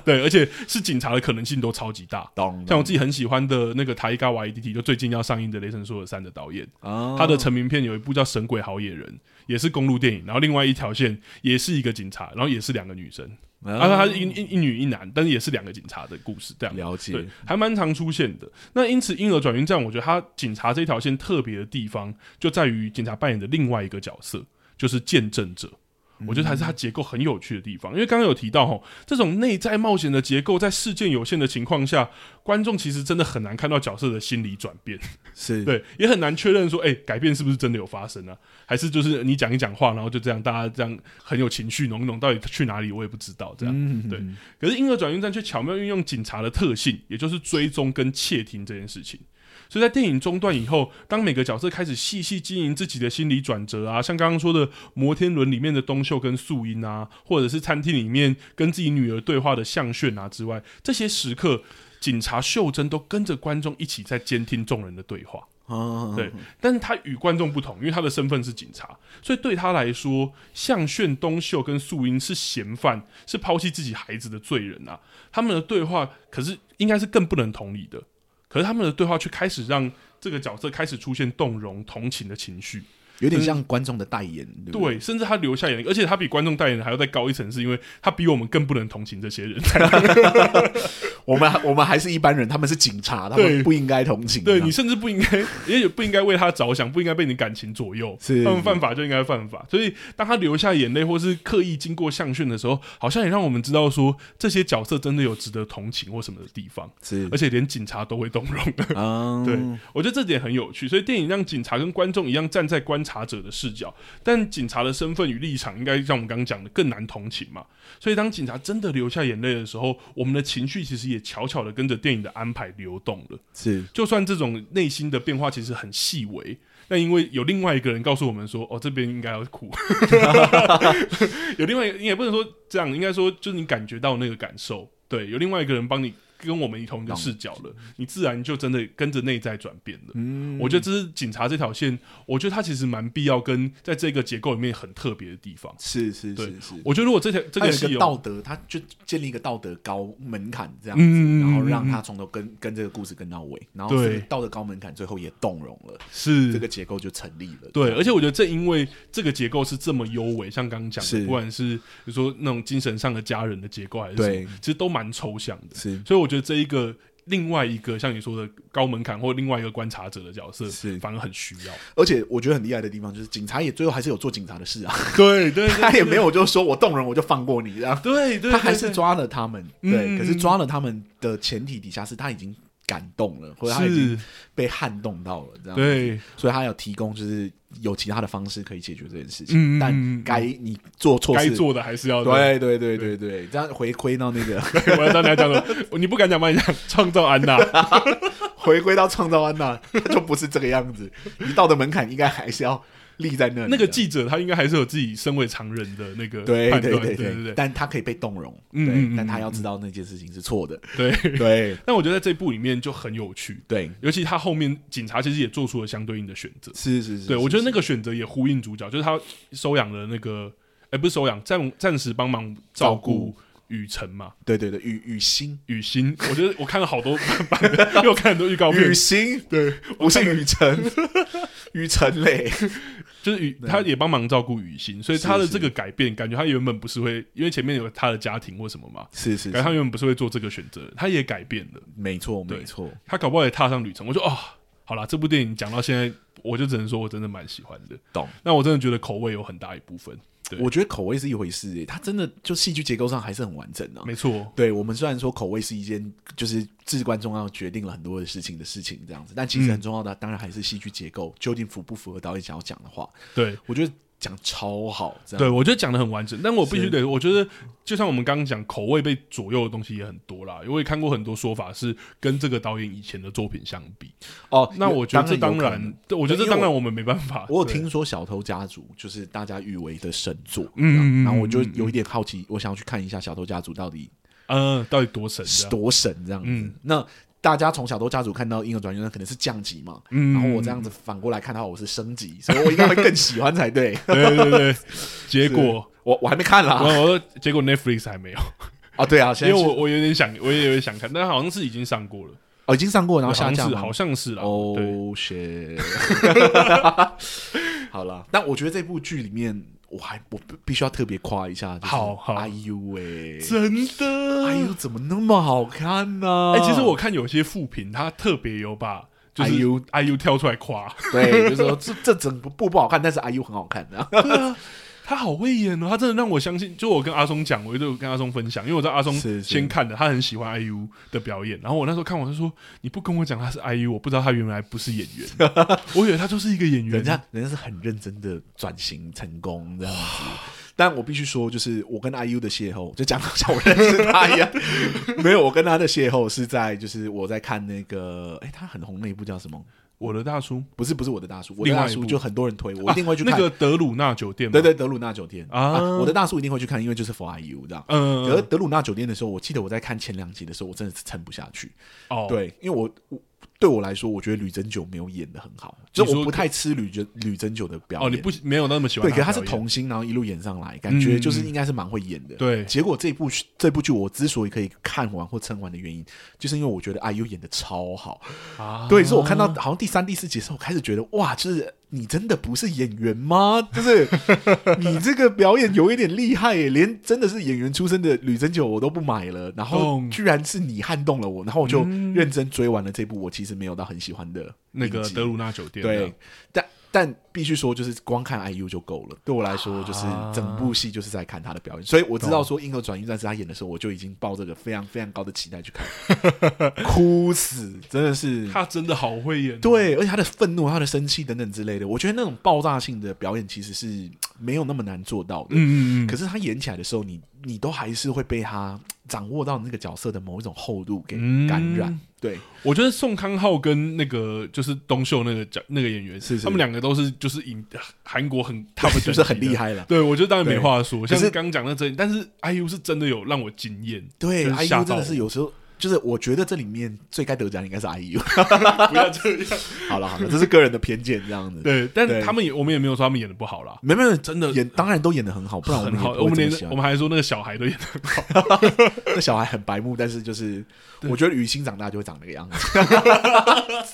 [SPEAKER 1] 对，而且是警察的可能性都超级大。
[SPEAKER 2] 懂，
[SPEAKER 1] 像我自己很喜欢的那个塔伊嘎瓦伊蒂蒂，就最近要上映的《雷神索尔三》的导演，
[SPEAKER 2] 啊，
[SPEAKER 1] 他的成名片有一部叫《神鬼好野人》，也是公路电影，然后另外一条线也是一个警察，然后也是两个女生，
[SPEAKER 2] 哦
[SPEAKER 1] 啊，他是一一一女一男，但是也是两个警察的故事，这样
[SPEAKER 2] 嗯了
[SPEAKER 1] 对
[SPEAKER 2] 解，，
[SPEAKER 1] 还蛮常出现的。那因此，婴儿转运站，我觉得他警察这条线特别的地方，就在于警察扮演的另外一个角色，就是见证者。我觉得还是它结构很有趣的地方，因为刚刚有提到吼，这种内在冒险的结构，在事件有限的情况下，观众其实真的很难看到角色的心理转变，
[SPEAKER 2] 是，
[SPEAKER 1] 对，也很难确认说，哎、改变是不是真的有发生啊？还是就是你讲一讲话，然后就这样，大家这样很有情绪浓浓，到底去哪里我也不知道，这样。
[SPEAKER 2] 嗯，
[SPEAKER 1] 对可是婴儿转运站却巧妙运用警察的特性，也就是追踪跟窃听这件事情。所以在电影中断以后，当每个角色开始细细经营自己的心理转折啊，像刚刚说的《摩天轮》里面的东秀跟素英啊，或者是餐厅里面跟自己女儿对话的向炫啊之外，这些时刻，警察秀珍都跟着观众一起在监听众人的对话。
[SPEAKER 2] 啊，
[SPEAKER 1] 对，但是他与观众不同，因为他的身份是警察，所以对他来说，向炫、东秀跟素英是嫌犯，是抛弃自己孩子的罪人啊。他们的对话可是应该是更不能同理的，可是他们的对话却开始让这个角色开始出现动容、同情的情绪，
[SPEAKER 2] 有点像观众的代言，对不对，
[SPEAKER 1] 对，甚至他留下眼泪，而且他比观众代言人还要再高一层，是因为他比我们更不能同情这些人。
[SPEAKER 2] 我们我们还是一般人，他们是警察，他
[SPEAKER 1] 对
[SPEAKER 2] 们不应该同情，啊
[SPEAKER 1] 对你甚至不应该，也也不应该为他着想，不应该被你感情左右。
[SPEAKER 2] 是
[SPEAKER 1] 他们犯法就应该犯法。所以当他流下眼泪，或是刻意经过相炫的时候，好像也让我们知道说，这些角色真的有值得同情或什么的地方，
[SPEAKER 2] 是
[SPEAKER 1] 而且连警察都会动容。
[SPEAKER 2] 啊，
[SPEAKER 1] 对，我觉得这点很有趣。所以电影让警察跟观众一样站在观察者的视角，但警察的身份与立场应该像我们刚刚讲的更难同情嘛。所以当警察真的流下眼泪的时候，我们的情绪其实也悄悄的跟着电影的安排流动了。
[SPEAKER 2] 是
[SPEAKER 1] 就算这种内心的变化其实很细微，但因为有另外一个人告诉我们说，哦，这边应该要哭， 有另外一个，你也不能说这样，应该说就是你感觉到那个感受，对，有另外一个人帮你跟我们同一个视角了，你自然就真的跟着内在转变了。
[SPEAKER 2] 嗯
[SPEAKER 1] 我觉得这是警察这条线，我觉得它其实蛮必要跟在这个结构里面很特别的地方。
[SPEAKER 2] 是是
[SPEAKER 1] 对
[SPEAKER 2] 是是，
[SPEAKER 1] 我觉得如果这条这
[SPEAKER 2] 他有一
[SPEAKER 1] 戏哦
[SPEAKER 2] 个
[SPEAKER 1] 有
[SPEAKER 2] 道德，他就建立一个道德高门槛这样子，
[SPEAKER 1] 嗯
[SPEAKER 2] 然后让他从头跟跟这个故事跟到尾，然后
[SPEAKER 1] 对
[SPEAKER 2] 这个道德高门槛最后也动容了，
[SPEAKER 1] 是
[SPEAKER 2] 这个结构就成立了。
[SPEAKER 1] 对，而且我觉得正因为这个结构是这么优美，像刚刚讲的，
[SPEAKER 2] 是
[SPEAKER 1] 不管是比如说那种精神上的家人的结构，还是什
[SPEAKER 2] 对
[SPEAKER 1] 么，其实都蛮抽象的。
[SPEAKER 2] 是
[SPEAKER 1] 所以我觉得这一个另外一个像你说的高门槛或另外一个观察者的角色，
[SPEAKER 2] 是
[SPEAKER 1] 反而很需 要。
[SPEAKER 2] 而且我觉得很厉害的地方就是，警察也最后还是有做警察的事啊，
[SPEAKER 1] 对对
[SPEAKER 2] 他也没有就说我动人我就放过你这样，
[SPEAKER 1] 对对，
[SPEAKER 2] 他还是抓了他们。对，
[SPEAKER 1] 嗯
[SPEAKER 2] 可是抓了他们的前提底下是他已经感动了，或者他已经
[SPEAKER 1] 是，
[SPEAKER 2] 被撼动到了这样。，
[SPEAKER 1] 对，
[SPEAKER 2] 所以他有提供就是有其他的方式可以解决这件事
[SPEAKER 1] 嗯
[SPEAKER 2] 情，但该你做错
[SPEAKER 1] 该
[SPEAKER 2] 事
[SPEAKER 1] 做的还是要做。
[SPEAKER 2] 对对对对对，这样回归到那个
[SPEAKER 1] 我要当你要讲 的，你不敢讲吗？你讲创造安娜，
[SPEAKER 2] 回归到创造安娜， 它就不是这个样子。你道德门槛应该还是要立在那里的。啊
[SPEAKER 1] 那个记者他应该还是有自己身为常人的那个
[SPEAKER 2] 对
[SPEAKER 1] 判
[SPEAKER 2] 对
[SPEAKER 1] 断，
[SPEAKER 2] 对
[SPEAKER 1] 对对
[SPEAKER 2] 但他可以被动容，
[SPEAKER 1] 嗯
[SPEAKER 2] 对
[SPEAKER 1] 嗯嗯，
[SPEAKER 2] 但他要知道那件事情是错的。
[SPEAKER 1] 对对。
[SPEAKER 2] 对
[SPEAKER 1] 但我觉得在这部里面就很有趣，
[SPEAKER 2] 对，
[SPEAKER 1] 尤其他后面警察其实也做出了相对应的选择。
[SPEAKER 2] 是是是，
[SPEAKER 1] 对，我
[SPEAKER 2] 是
[SPEAKER 1] 觉得那个选择也呼应主角，就是他收养了那个，哎、不是收养，暂暂时帮忙照顾雨辰嘛，
[SPEAKER 2] 对对对，雨雨欣，
[SPEAKER 1] 雨 欣。我觉得我看了好多版的，因为我看很多预告片
[SPEAKER 2] 雨，欣，对，不是雨辰， 雨辰嘞，
[SPEAKER 1] 就是雨，他也帮忙照顾雨欣，所以
[SPEAKER 2] 是
[SPEAKER 1] 他的
[SPEAKER 2] 是
[SPEAKER 1] 这个改变，感觉他原本不是会，因为前面有他的家庭或什么嘛，
[SPEAKER 2] 是是
[SPEAKER 1] 感觉他原本不是会做这个选择，他也改变了，
[SPEAKER 2] 没错
[SPEAKER 1] 啊对
[SPEAKER 2] 没错，
[SPEAKER 1] 他搞不好也踏上旅程。我说哦，好啦，这部电影讲到现在，我就只能说我真的蛮喜欢的。
[SPEAKER 2] 懂。
[SPEAKER 1] 那我真的觉得口味有很大一部分。对
[SPEAKER 2] 我觉得口味是一回事、欸，它真的就戏剧结构上还是很完整啊。
[SPEAKER 1] 没错，
[SPEAKER 2] 对我们虽然说口味是一件就是至关重要，决定了很多的事情的事情这样子，但其实很重要的当然还是戏剧结构究竟符不符合导演想要讲的话。
[SPEAKER 1] 对。
[SPEAKER 2] 我觉得讲超好，这样
[SPEAKER 1] 嗯对，我觉得讲的很完整，但我必须
[SPEAKER 2] 是
[SPEAKER 1] 得，我觉得就像我们刚刚讲，口味被左右的东西也很多啦。我也看过很多说法是跟这个导演以前的作品相比，
[SPEAKER 2] 哦
[SPEAKER 1] 那我觉得这当
[SPEAKER 2] 有可能
[SPEAKER 1] 然，对我觉得这
[SPEAKER 2] 因为
[SPEAKER 1] 当然
[SPEAKER 2] 我
[SPEAKER 1] 我们没办法。
[SPEAKER 2] 我有
[SPEAKER 1] 对
[SPEAKER 2] 听说《小偷家族》就是大家誉为的神作，
[SPEAKER 1] 嗯嗯
[SPEAKER 2] 嗯，然后我就
[SPEAKER 1] 嗯嗯
[SPEAKER 2] 有一点好奇，我想要去看一下《小偷家族》到底
[SPEAKER 1] 嗯，到底多神
[SPEAKER 2] 是
[SPEAKER 1] 这样？
[SPEAKER 2] 多神这样子。
[SPEAKER 1] 嗯
[SPEAKER 2] 那大家从《小偷家族》看到《婴儿转运》，那可能是降级嘛，
[SPEAKER 1] 嗯
[SPEAKER 2] 然后我这样子反过来看到我是升级，所以我应该会更喜欢 才对。
[SPEAKER 1] 对对 对，结果
[SPEAKER 2] 我我还没看啦，
[SPEAKER 1] 然后结果 Netflix 还没有，
[SPEAKER 2] 啊，对啊，
[SPEAKER 1] 因
[SPEAKER 2] 现
[SPEAKER 1] 为
[SPEAKER 2] 在是
[SPEAKER 1] 我我有点想，我也有点想看，但好像是已经上过了，
[SPEAKER 2] 哦已经上过，然
[SPEAKER 1] 好
[SPEAKER 2] 后下
[SPEAKER 1] 像
[SPEAKER 2] 架
[SPEAKER 1] 是
[SPEAKER 2] 吗
[SPEAKER 1] 好像是啦。
[SPEAKER 2] 哦
[SPEAKER 1] 对，
[SPEAKER 2] shit！好了，但我觉得这部剧里面，我还我必必须要特别夸一下，就是
[SPEAKER 1] 好好
[SPEAKER 2] 哎呦喂，
[SPEAKER 1] 真的
[SPEAKER 2] 哎呦，怎么那么好看呢？
[SPEAKER 1] 哎，其实我看有些副评，他特别有把就是
[SPEAKER 2] IU
[SPEAKER 1] IU 跳出来夸，
[SPEAKER 2] 对，就是说这这整部不好看，但是哎呦很好看 的。
[SPEAKER 1] 他好会演哦，他真的让我相信。就我跟阿松讲，我就跟阿松分享，因为我知道阿松
[SPEAKER 2] 是是
[SPEAKER 1] 先看的，他很喜欢 IU 的表演。然后我那时候看完，他说：“你不跟我讲他是 IU，我不知道他原来不是演员， 我以为他就是一个演员。”
[SPEAKER 2] 人家人家是很认真的转型成功这样子。但我必须说，就是我跟 IU 的邂逅，就讲到像我认识他 一样，没有，我跟他的邂逅是在就是我在看那个，哎、他很红那一部叫什么？
[SPEAKER 1] 我的大叔，
[SPEAKER 2] 不是不是我的大叔，我
[SPEAKER 1] 另
[SPEAKER 2] 的
[SPEAKER 1] 外
[SPEAKER 2] 大
[SPEAKER 1] 一部
[SPEAKER 2] 叔就很多人推，我一定会去
[SPEAKER 1] 啊
[SPEAKER 2] 看。
[SPEAKER 1] 那个德鲁纳酒店嘛。
[SPEAKER 2] 对对，德鲁纳酒店
[SPEAKER 1] 啊
[SPEAKER 2] 我的大叔一定会去看，因为就是 For IU 这样。
[SPEAKER 1] 嗯，
[SPEAKER 2] 可是德鲁纳酒店的时候，我记得我在看前两集的时候，我真的是撑不下去。
[SPEAKER 1] 哦，
[SPEAKER 2] 对，因为我我对我来说，我觉得吕珍九没有演的很好，就是
[SPEAKER 1] 你
[SPEAKER 2] 我
[SPEAKER 1] 说
[SPEAKER 2] 不太吃吕珍吕珍九的表
[SPEAKER 1] 哦，
[SPEAKER 2] 演。
[SPEAKER 1] 你不没有那么喜欢
[SPEAKER 2] 对，
[SPEAKER 1] 的
[SPEAKER 2] 可
[SPEAKER 1] 表
[SPEAKER 2] 是他
[SPEAKER 1] 演，嗯
[SPEAKER 2] 是童星，然后一路演上来，感觉就是应该是蛮会演的。
[SPEAKER 1] 对
[SPEAKER 2] 结果这部这部剧我之所以可以看完或撑完的原因，就是因为我觉得 IU 演的超好。
[SPEAKER 1] 啊，
[SPEAKER 2] 对，是我看到好像第三、第四集的时候，我开始觉得哇，就是你真的不是演员吗？就是你这个表演有一点厉害耶，连真的是演员出身的吕珍九我都不买了，然后
[SPEAKER 1] 懂嗯
[SPEAKER 2] 居然是你撼动了我，然后我就认真追完了这部我其实没有到很喜欢的
[SPEAKER 1] 那个
[SPEAKER 2] 影集
[SPEAKER 1] 德鲁纳酒店，这
[SPEAKER 2] 对
[SPEAKER 1] 样，
[SPEAKER 2] 但但必须说，就是光看 IU 就够了。对我来说，就是
[SPEAKER 1] 啊
[SPEAKER 2] 整部戏就是在看他的表演，所以我知道说《婴儿转运站》是他演的时候，我就已经抱这个非常非常高的期待去看， 哭死，真的是。
[SPEAKER 1] 他真的好会演，，
[SPEAKER 2] 对，而且他的愤怒、他的生气等等之类的，我觉得那种爆炸性的表演其实是没有那么难做到的。
[SPEAKER 1] 嗯嗯嗯，
[SPEAKER 2] 可是他演起来的时候，你你都还是会被他掌握到那个角色的某一种厚度给
[SPEAKER 1] 嗯
[SPEAKER 2] 感染。对，
[SPEAKER 1] 我觉得宋康昊跟那个就是东秀那个角那个演员，
[SPEAKER 2] 是是
[SPEAKER 1] 他们两个都是就是影韩国 很 top 等级的
[SPEAKER 2] 就是很厉。害了。
[SPEAKER 1] 对，我觉得当然没
[SPEAKER 2] 对
[SPEAKER 1] 话说，
[SPEAKER 2] 可
[SPEAKER 1] 像
[SPEAKER 2] 是
[SPEAKER 1] 刚刚讲那这，但是 IU 是真的有让我惊 艳，
[SPEAKER 2] 对
[SPEAKER 1] 就是吓
[SPEAKER 2] ，IU 真
[SPEAKER 1] 到
[SPEAKER 2] 的是有时候，就是我觉得这里面最该得奖的应该 是 IU。
[SPEAKER 1] 我不要这样。
[SPEAKER 2] 好了好了，这是个人的偏见，这样子。，
[SPEAKER 1] 对，但
[SPEAKER 2] 对
[SPEAKER 1] 他们也我们也没有说他们演的不好啦，
[SPEAKER 2] 没有没有，
[SPEAKER 1] 真的
[SPEAKER 2] 演当然都演的很好，不然我
[SPEAKER 1] 很
[SPEAKER 2] 们
[SPEAKER 1] 好，
[SPEAKER 2] 也不
[SPEAKER 1] 我
[SPEAKER 2] 会
[SPEAKER 1] 们
[SPEAKER 2] 这
[SPEAKER 1] 连
[SPEAKER 2] 么喜欢
[SPEAKER 1] 我们还说那个小孩都演的，
[SPEAKER 2] 那小孩很白目，但是就是我觉得雨欣长大就会长那个 样子。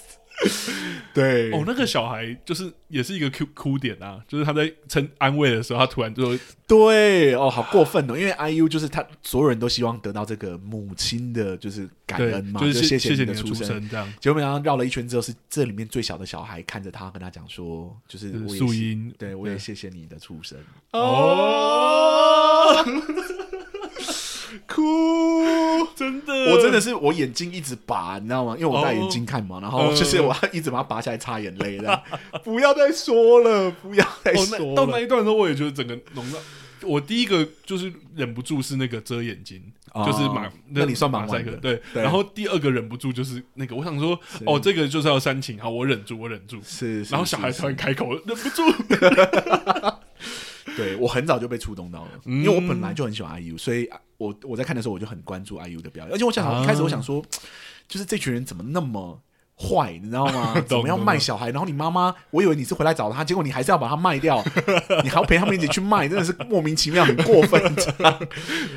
[SPEAKER 2] 对，
[SPEAKER 1] 哦，那个小孩就是也是一个 Q 哭点啊，就是他在称安慰的时候，他突然就
[SPEAKER 2] 对哦，好过分哦！因为 IU 就是他，所有人都希望得到这个母亲的，就是感
[SPEAKER 1] 对
[SPEAKER 2] 恩，嘛，
[SPEAKER 1] 就是
[SPEAKER 2] 谢
[SPEAKER 1] 谢谢
[SPEAKER 2] 你
[SPEAKER 1] 的
[SPEAKER 2] 出生。
[SPEAKER 1] 生这样。
[SPEAKER 2] 结果没想到绕了一圈之后，是这里面最小的小孩看着他，跟他讲说，就是
[SPEAKER 1] 就是
[SPEAKER 2] 我也
[SPEAKER 1] 素
[SPEAKER 2] 是
[SPEAKER 1] 英，
[SPEAKER 2] 对我也谢谢你的出生。
[SPEAKER 1] 哦，
[SPEAKER 2] 哭！
[SPEAKER 1] 真的，
[SPEAKER 2] 我真的是我眼睛一直拔，你知道吗？因为我戴眼镜看嘛，然
[SPEAKER 1] 哦
[SPEAKER 2] 后就是我一直把它拔下来擦眼泪的。 不要再说了，不要再
[SPEAKER 1] 哦，
[SPEAKER 2] 说
[SPEAKER 1] 那
[SPEAKER 2] 了。
[SPEAKER 1] 到那一段的时候，我也觉得整个浓到。我第一个就是忍不住是那个遮眼睛，
[SPEAKER 2] 哦
[SPEAKER 1] 就是马，
[SPEAKER 2] 那你算蛮
[SPEAKER 1] 马赛
[SPEAKER 2] 晚
[SPEAKER 1] 克
[SPEAKER 2] 的
[SPEAKER 1] 对。
[SPEAKER 2] 对
[SPEAKER 1] 然后第二个忍不住就是那个，我想说，哦，这个就是要煽情，好，我忍住，我忍住。
[SPEAKER 2] 是，是
[SPEAKER 1] 然后小孩
[SPEAKER 2] 是
[SPEAKER 1] 突然开口，忍不住。
[SPEAKER 2] 对我很早就被触动到了，
[SPEAKER 1] 嗯
[SPEAKER 2] 因为我本来就很喜欢 IU，所以啊我我在看的时候我就很关注 IU 的表演，而且我想、
[SPEAKER 1] 啊
[SPEAKER 2] 一开始我想说，就是这群人怎么那么。坏，你知道 吗？怎么样
[SPEAKER 1] 懂
[SPEAKER 2] 卖小孩？然后你妈妈，我以为你是回来找他，结果你还是要把他卖掉，你还要陪他们一起去卖，真的是莫名其妙，很过分。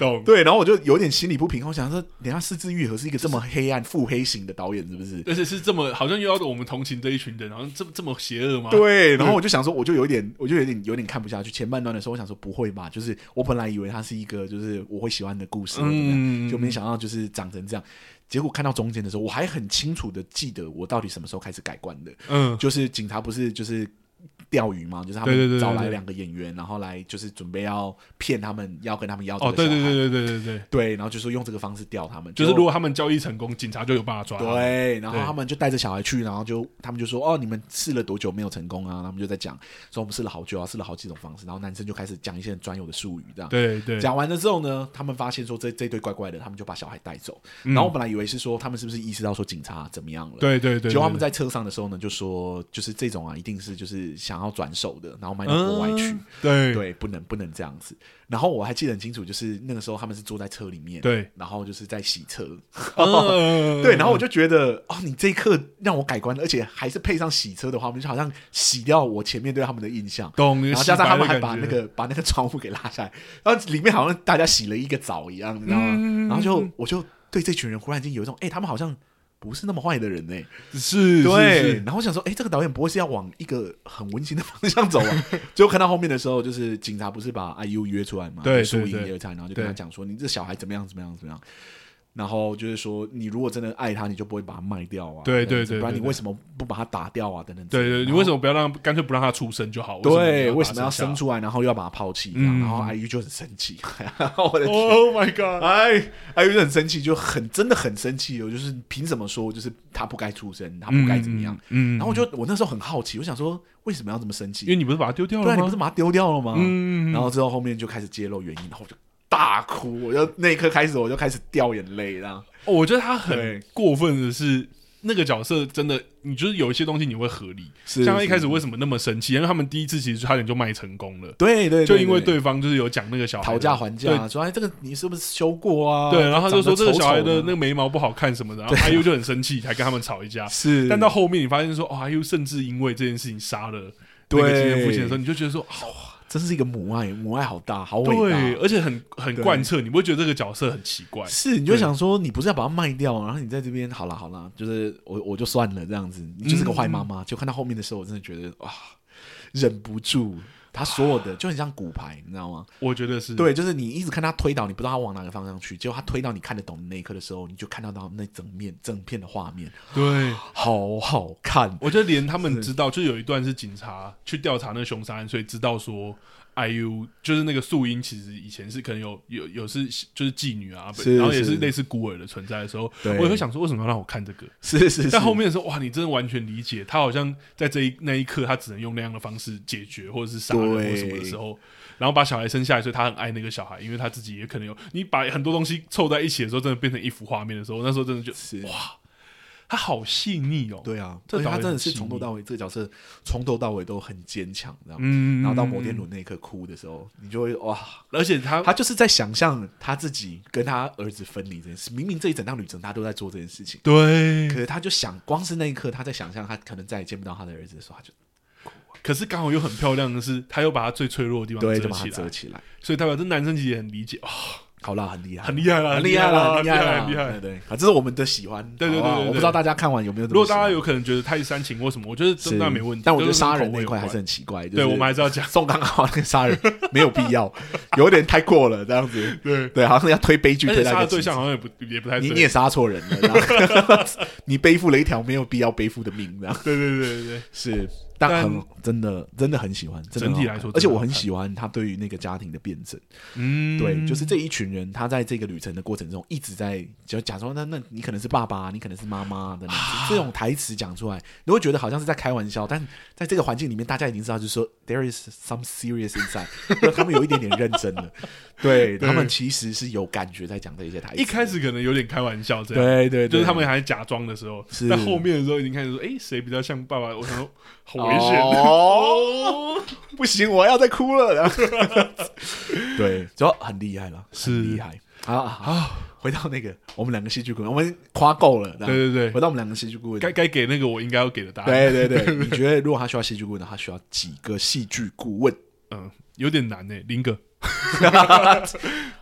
[SPEAKER 1] 懂。
[SPEAKER 2] 对，然后我就有点心理不平衡，我想说，等一下四肢愈合是一个这么黑暗、腹黑型的导演，是不是？
[SPEAKER 1] 而且是这么，好像又要我们同情这一群人，好像这这么邪恶吗？
[SPEAKER 2] 对，
[SPEAKER 1] 嗯
[SPEAKER 2] 然后我就想说，我就有点，我就有点有点看不下去。前半段的时候，我想说不会吧，就是我本来以为它是一个就是我会喜欢的故事，
[SPEAKER 1] 嗯
[SPEAKER 2] 嗯，就没想到就是长成这样。结果看到中间的时候，我 还很清楚的记得我到底什么时候开始改观的，
[SPEAKER 1] 嗯，
[SPEAKER 2] 就是警察不是就是。钓鱼嘛，就是他
[SPEAKER 1] 对对对
[SPEAKER 2] 们
[SPEAKER 1] 对
[SPEAKER 2] 找
[SPEAKER 1] 对
[SPEAKER 2] 来两个演员，然后来就是准备要骗他们，要跟他们要这
[SPEAKER 1] 哦，
[SPEAKER 2] 个
[SPEAKER 1] 对
[SPEAKER 2] 小
[SPEAKER 1] 对
[SPEAKER 2] 孩
[SPEAKER 1] 对对对对对，
[SPEAKER 2] 对，然后就说用这个方式钓他们，
[SPEAKER 1] 就是
[SPEAKER 2] 结
[SPEAKER 1] 如
[SPEAKER 2] 果
[SPEAKER 1] 果他们交易成功，警察就有办法抓他们。
[SPEAKER 2] 对，然后
[SPEAKER 1] 对
[SPEAKER 2] 他们就带着小孩去，然后就他们就说哦，你们试了多久没有成功啊？他们就在讲说我们试了好久啊，试了好几种方式，然后男生就开始讲一些很专有的术语这样。
[SPEAKER 1] 对对
[SPEAKER 2] 讲完了之后呢，他们发现说这这对怪怪的，他们就把小孩带走。
[SPEAKER 1] 嗯
[SPEAKER 2] 然后我本来以为是说他们是不是意识到说警察怎么样了，
[SPEAKER 1] 对对对，
[SPEAKER 2] 结果他
[SPEAKER 1] 对
[SPEAKER 2] 们在车上的时候呢，就说就是这种啊，一定是就是想要转手的，然后卖到国外去。
[SPEAKER 1] 嗯对
[SPEAKER 2] 对，不能不能这样子。然后我还记得很清楚，就是那个时候他们是坐在车里面，
[SPEAKER 1] 对，
[SPEAKER 2] 然后就是在洗车，
[SPEAKER 1] 嗯
[SPEAKER 2] 对，然后我就觉得哦，你这一刻让我改观，而且还是配上洗车的画面，就好像洗掉我前面对他们的印象。
[SPEAKER 1] 懂，
[SPEAKER 2] 然后加上他们还
[SPEAKER 1] 洗白的
[SPEAKER 2] 把
[SPEAKER 1] 感
[SPEAKER 2] 那
[SPEAKER 1] 觉
[SPEAKER 2] 个把那个窗户给拉下来，然后里面好像大家洗了一个澡一样，你知道吗？
[SPEAKER 1] 嗯
[SPEAKER 2] 然后就我就对这群人忽然间有一种，哎、他们好像不是那么坏的人呢、
[SPEAKER 1] 是，
[SPEAKER 2] 对，
[SPEAKER 1] 是是
[SPEAKER 2] 然后我想说，哎、这个导演不会是要往一个很温馨的方向走 啊？结果看到后面的时候，就是警察不是把 IU 约出来嘛，
[SPEAKER 1] 对
[SPEAKER 2] 苏
[SPEAKER 1] 对
[SPEAKER 2] 莹
[SPEAKER 1] 对
[SPEAKER 2] 约出来，然后就跟
[SPEAKER 1] 对
[SPEAKER 2] 他讲说，你这小孩怎么样怎么样怎么样。然后就是说，你如果真的爱他，你就不会把他卖掉啊。
[SPEAKER 1] 对
[SPEAKER 2] 这样子
[SPEAKER 1] 对对
[SPEAKER 2] 不然你
[SPEAKER 1] 对对
[SPEAKER 2] 为什么不把他打掉啊？等等之类
[SPEAKER 1] 对
[SPEAKER 2] 的。
[SPEAKER 1] 对，你为什么不要让干脆不让他出生就好？
[SPEAKER 2] 对，为
[SPEAKER 1] 为
[SPEAKER 2] 什么要生
[SPEAKER 1] 出
[SPEAKER 2] 出来，然后又要把它抛弃这样？
[SPEAKER 1] 嗯
[SPEAKER 2] 然后 IU 就很生气， 我的天，
[SPEAKER 1] ？Oh my god！
[SPEAKER 2] 哎，IU 就很生气，就很真的很生气哦，就是凭什么说就是他不该出生，他不该怎么样？
[SPEAKER 1] 嗯，嗯
[SPEAKER 2] 然后我就我那时候很好奇，我想说为什么要这么生
[SPEAKER 1] 因为
[SPEAKER 2] 气？
[SPEAKER 1] 你不是把它丢掉
[SPEAKER 2] 对
[SPEAKER 1] 了
[SPEAKER 2] 啊，你不
[SPEAKER 1] 吗
[SPEAKER 2] 是？把它丢掉了吗？
[SPEAKER 1] 嗯
[SPEAKER 2] 然后之后后面就开始揭露原因，然后我就大哭，我就那一刻开始我就开始掉眼泪，这样。
[SPEAKER 1] 哦我觉得他
[SPEAKER 2] 对
[SPEAKER 1] 很过分的是。那个角色真的，你就是有一些东西你会合理，
[SPEAKER 2] 是
[SPEAKER 1] 像他一开
[SPEAKER 2] 是
[SPEAKER 1] 始为什么那么生气？因为他们第一次其实差点就卖成功了，
[SPEAKER 2] 对对，
[SPEAKER 1] 就因为
[SPEAKER 2] 对
[SPEAKER 1] 对方就是有讲那个小孩的
[SPEAKER 2] 讨价还价，说哎这个你是不是修过啊？
[SPEAKER 1] 对，对，然后他就说
[SPEAKER 2] 长
[SPEAKER 1] 这
[SPEAKER 2] 得
[SPEAKER 1] 个小孩
[SPEAKER 2] 丑丑
[SPEAKER 1] 的那个眉毛不好看什么的，然后
[SPEAKER 2] 对啊
[SPEAKER 1] 阿 U 就很生气，才跟他们吵一架。
[SPEAKER 2] 是，
[SPEAKER 1] 但到后面你发现说，哦，阿 U 甚至因为这件事情杀了那
[SPEAKER 2] 对
[SPEAKER 1] 个青年父亲的时候，你就觉得说，好
[SPEAKER 2] 真是一个母爱，母爱好大，好伟大。
[SPEAKER 1] 对，而且很很
[SPEAKER 2] 对
[SPEAKER 1] 贯彻，你不会觉得这个角色很奇怪？
[SPEAKER 2] 是，你就想说，你不是要把它卖掉，然后你在这边好了好了，就是我我就算了这样子，你就是个坏妈
[SPEAKER 1] 嗯
[SPEAKER 2] 妈。就看到后面的时候，我真的觉得哇，忍不住，他所有
[SPEAKER 1] 啊
[SPEAKER 2] 的就很像骨牌，你知道吗？
[SPEAKER 1] 我觉得是，
[SPEAKER 2] 对，就是你一直看他推倒，你不知道他往哪个方向去，结果他推到你看得懂的那一刻的时候，你就看到到那整面整片的画面，
[SPEAKER 1] 对，
[SPEAKER 2] 好好看。
[SPEAKER 1] 我觉得连他们知道，就有一段是警察去调查那个凶杀案，所以知道说 IU 就是那个素英，其实以前是可能有有有是就是妓女啊，
[SPEAKER 2] 是
[SPEAKER 1] 然后也
[SPEAKER 2] 是
[SPEAKER 1] 是类似孤儿的存在的时候，
[SPEAKER 2] 对
[SPEAKER 1] 我也会想说为什么要让我看这个？
[SPEAKER 2] 是是是，
[SPEAKER 1] 但后面的时候，哇，你真的完全理解他，好像在这一那一刻，他只能用那样的方式解决或者是杀人
[SPEAKER 2] 对
[SPEAKER 1] 或什么的时候，然后把小孩生下来，所以他很爱那个小孩，因为他自己也可能有。你把很多东西凑在一起的时候，真的变成一幅画面的时候，那时候真的就，
[SPEAKER 2] 是
[SPEAKER 1] 他好细腻哦。，
[SPEAKER 2] 对啊，
[SPEAKER 1] 这
[SPEAKER 2] 而且
[SPEAKER 1] 导
[SPEAKER 2] 他
[SPEAKER 1] 演
[SPEAKER 2] 真的
[SPEAKER 1] 很
[SPEAKER 2] 是
[SPEAKER 1] 细
[SPEAKER 2] 从
[SPEAKER 1] 腻
[SPEAKER 2] 头到尾，这个角色从头到尾都很坚强，这样。
[SPEAKER 1] 嗯
[SPEAKER 2] 然后到摩天轮那一刻哭的时候，你就会哇，
[SPEAKER 1] 而且他
[SPEAKER 2] 他就是在想象他自己跟他儿子分离这件事。明明这一整趟旅程他都在做这件事情，
[SPEAKER 1] 对
[SPEAKER 2] 可，是他就想，光是那一刻他在想象他可能再也见不到他的儿子的时候，他就
[SPEAKER 1] 可是刚好又很漂亮的是，他又把他最脆弱的地方
[SPEAKER 2] 对，就
[SPEAKER 1] 遮
[SPEAKER 2] 把
[SPEAKER 1] 起
[SPEAKER 2] 他折
[SPEAKER 1] 来，
[SPEAKER 2] 起来。
[SPEAKER 1] 所以代表这男生其实也很理解，哦 哇，
[SPEAKER 2] 好啦，很厉害，
[SPEAKER 1] 很厉害啦，
[SPEAKER 2] 很厉害
[SPEAKER 1] 啦，
[SPEAKER 2] 啦，
[SPEAKER 1] 很
[SPEAKER 2] 很
[SPEAKER 1] 厉
[SPEAKER 2] 厉
[SPEAKER 1] 害
[SPEAKER 2] 害
[SPEAKER 1] 啦，
[SPEAKER 2] 啦，
[SPEAKER 1] 很厉害
[SPEAKER 2] 对。对，啊，这是我们的喜欢。
[SPEAKER 1] 对对对
[SPEAKER 2] 好不好
[SPEAKER 1] 对对
[SPEAKER 2] 我不知道大家看完有没有这么
[SPEAKER 1] 如果大家
[SPEAKER 2] 喜欢
[SPEAKER 1] 有可能觉得太煽情或什么，我觉得真的没问题。
[SPEAKER 2] 但我觉得
[SPEAKER 1] 这跟
[SPEAKER 2] 杀人
[SPEAKER 1] 口味
[SPEAKER 2] 那一
[SPEAKER 1] 有
[SPEAKER 2] 块还
[SPEAKER 1] 关
[SPEAKER 2] 是很奇怪。就
[SPEAKER 1] 对，
[SPEAKER 2] 是
[SPEAKER 1] 我们还是要讲。
[SPEAKER 2] 宋刚豪那个杀人没有必要，有点太过了这样子。
[SPEAKER 1] 对，
[SPEAKER 2] 对，好像要推悲剧
[SPEAKER 1] 而
[SPEAKER 2] 推
[SPEAKER 1] 且
[SPEAKER 2] 到一
[SPEAKER 1] 杀的
[SPEAKER 2] 个
[SPEAKER 1] 对
[SPEAKER 2] 极致
[SPEAKER 1] 象好像也不也不太
[SPEAKER 2] 你
[SPEAKER 1] 对。
[SPEAKER 2] 你也杀错人了，这样 你背负了一条没有必要背负的命，这样
[SPEAKER 1] 对对对对对，
[SPEAKER 2] 是，但
[SPEAKER 1] 但
[SPEAKER 2] 很真的真的很喜欢，真的
[SPEAKER 1] 整体
[SPEAKER 2] 很好
[SPEAKER 1] 来说
[SPEAKER 2] 看而且
[SPEAKER 1] 真的
[SPEAKER 2] 我很
[SPEAKER 1] 好看
[SPEAKER 2] 喜欢他对于那个家庭的辩证，
[SPEAKER 1] 嗯，
[SPEAKER 2] 对，就是这一群人，他在这个旅程的过程中一直在就假装那那你可能是爸爸，你可能是妈妈的
[SPEAKER 1] 啊
[SPEAKER 2] 这种台词讲出来，你会觉得好像是在开玩笑，但在这个环境里面，大家已经知道，就是说 there is some serious inside，就是 他们有一点点认真了，对他们其实是有感觉在讲这一些台词，
[SPEAKER 1] 一开始可能有点开玩笑这样。
[SPEAKER 2] 对对，对
[SPEAKER 1] 就是他们还假装的时候
[SPEAKER 2] 是，
[SPEAKER 1] 但后面的时候已经开始说，哎，谁比较像爸爸？我 想说，好危险，
[SPEAKER 2] 哦，不行，我要再哭了。然后 对，主要很厉害了，
[SPEAKER 1] 是
[SPEAKER 2] 很厉害啊啊！回到那个我们两个戏剧顾问，我们夸够了。然后
[SPEAKER 1] 对对对
[SPEAKER 2] 回到我们两个戏剧顾问。
[SPEAKER 1] 该该给那个我应该要给的答案，
[SPEAKER 2] 对对对，你觉得如果他需要戏剧顾问的话，他需要 几个戏剧顾问？
[SPEAKER 1] 欸嗯，有点难呢，零个，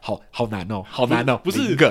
[SPEAKER 2] 好好难哦，好难哦，
[SPEAKER 1] 不是
[SPEAKER 2] 一个，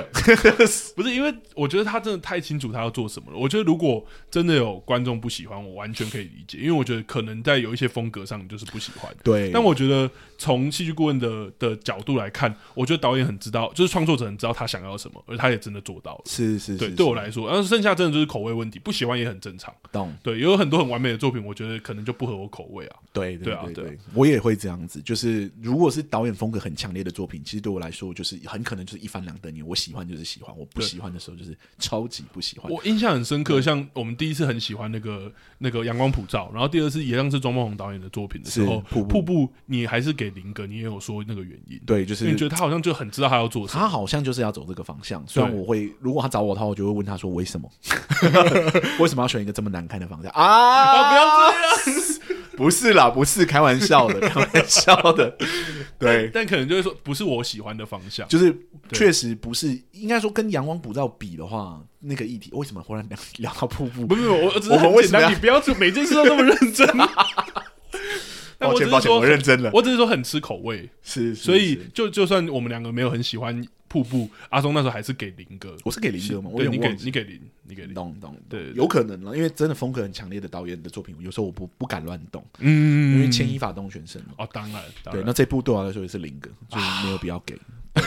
[SPEAKER 1] 不是因为我觉得他真的太清楚他要做什么了。我觉得如果真的有观众不喜欢，我完全可以理解，因为我觉得可能在有一些风格上你就是不喜欢。
[SPEAKER 2] 对，
[SPEAKER 1] 但我觉得从戏剧顾问的的角度来看，我觉得导演很知道，就是创作者很知道他想要什么，而他也真的做到了。
[SPEAKER 2] 是是是，
[SPEAKER 1] 对，
[SPEAKER 2] 是
[SPEAKER 1] 对我来说，然后剩下真的就是口味问题，不喜欢也很正常。
[SPEAKER 2] 懂，
[SPEAKER 1] 对，也有很多很完美的作品，我觉得可能就不合我口味啊。
[SPEAKER 2] 对
[SPEAKER 1] 对
[SPEAKER 2] 对
[SPEAKER 1] 啊
[SPEAKER 2] 对
[SPEAKER 1] 对啊
[SPEAKER 2] 对，我也会这样子，就是如果是导演风格很强烈的作品，其实对我来说就是很可能就是一翻两瞪眼，我喜欢就是喜欢，我不
[SPEAKER 1] 对
[SPEAKER 2] 喜欢的时候就是超级不喜欢，
[SPEAKER 1] 我印象很深刻，像我们第一次很喜欢那个那个《阳光普照》，然后第二次也像是庄梦红导演的作品的时候，
[SPEAKER 2] 是瀑布
[SPEAKER 1] 瀑布你还是给林格，你也有说那个原因，
[SPEAKER 2] 对，就
[SPEAKER 1] 因为
[SPEAKER 2] 是
[SPEAKER 1] 你觉得他好像就很知道他要做 什么。
[SPEAKER 2] 他好像就是要走这个方向。虽然
[SPEAKER 1] 对
[SPEAKER 2] 我会，如果他找我的话，我就会问他说 为什么，为什么要选一个这么难看的方向啊？
[SPEAKER 1] 不要
[SPEAKER 2] 这样， 不是啦，不是开玩笑的，开玩笑 的，对。
[SPEAKER 1] 但可能就会说不是我喜欢的方向，
[SPEAKER 2] 就是确实不是，应该说跟阳光普照比的话，那个议题为什么忽然聊聊到瀑布？
[SPEAKER 1] 不是我，我只是
[SPEAKER 2] 我们
[SPEAKER 1] 很
[SPEAKER 2] 为
[SPEAKER 1] 简
[SPEAKER 2] 什么
[SPEAKER 1] 单，
[SPEAKER 2] 要
[SPEAKER 1] 你不要做每件事都那么认 真。但
[SPEAKER 2] 抱
[SPEAKER 1] 我只
[SPEAKER 2] 歉
[SPEAKER 1] 是
[SPEAKER 2] 抱歉，
[SPEAKER 1] 说
[SPEAKER 2] 我认真了。
[SPEAKER 1] 我只是说很吃口味，
[SPEAKER 2] 是，是
[SPEAKER 1] 所以
[SPEAKER 2] 是
[SPEAKER 1] 就就算我们两个没有很喜欢瀑布，阿松那时候还是给林哥，
[SPEAKER 2] 我是给林哥吗？我
[SPEAKER 1] 对
[SPEAKER 2] 有
[SPEAKER 1] 你
[SPEAKER 2] 点
[SPEAKER 1] 给
[SPEAKER 2] 忘
[SPEAKER 1] 你
[SPEAKER 2] 记。
[SPEAKER 1] 给林，你给林，
[SPEAKER 2] 懂懂，懂
[SPEAKER 1] 对对
[SPEAKER 2] 有可能了，因为真的风格很强烈的导演的作品，有时候我不不敢乱动，
[SPEAKER 1] 嗯
[SPEAKER 2] 因为牵一发动全身嘛。
[SPEAKER 1] 哦，当然，当
[SPEAKER 2] 对，
[SPEAKER 1] 然，
[SPEAKER 2] 那这部对我来说也是零个，就是没有必要给，
[SPEAKER 1] 啊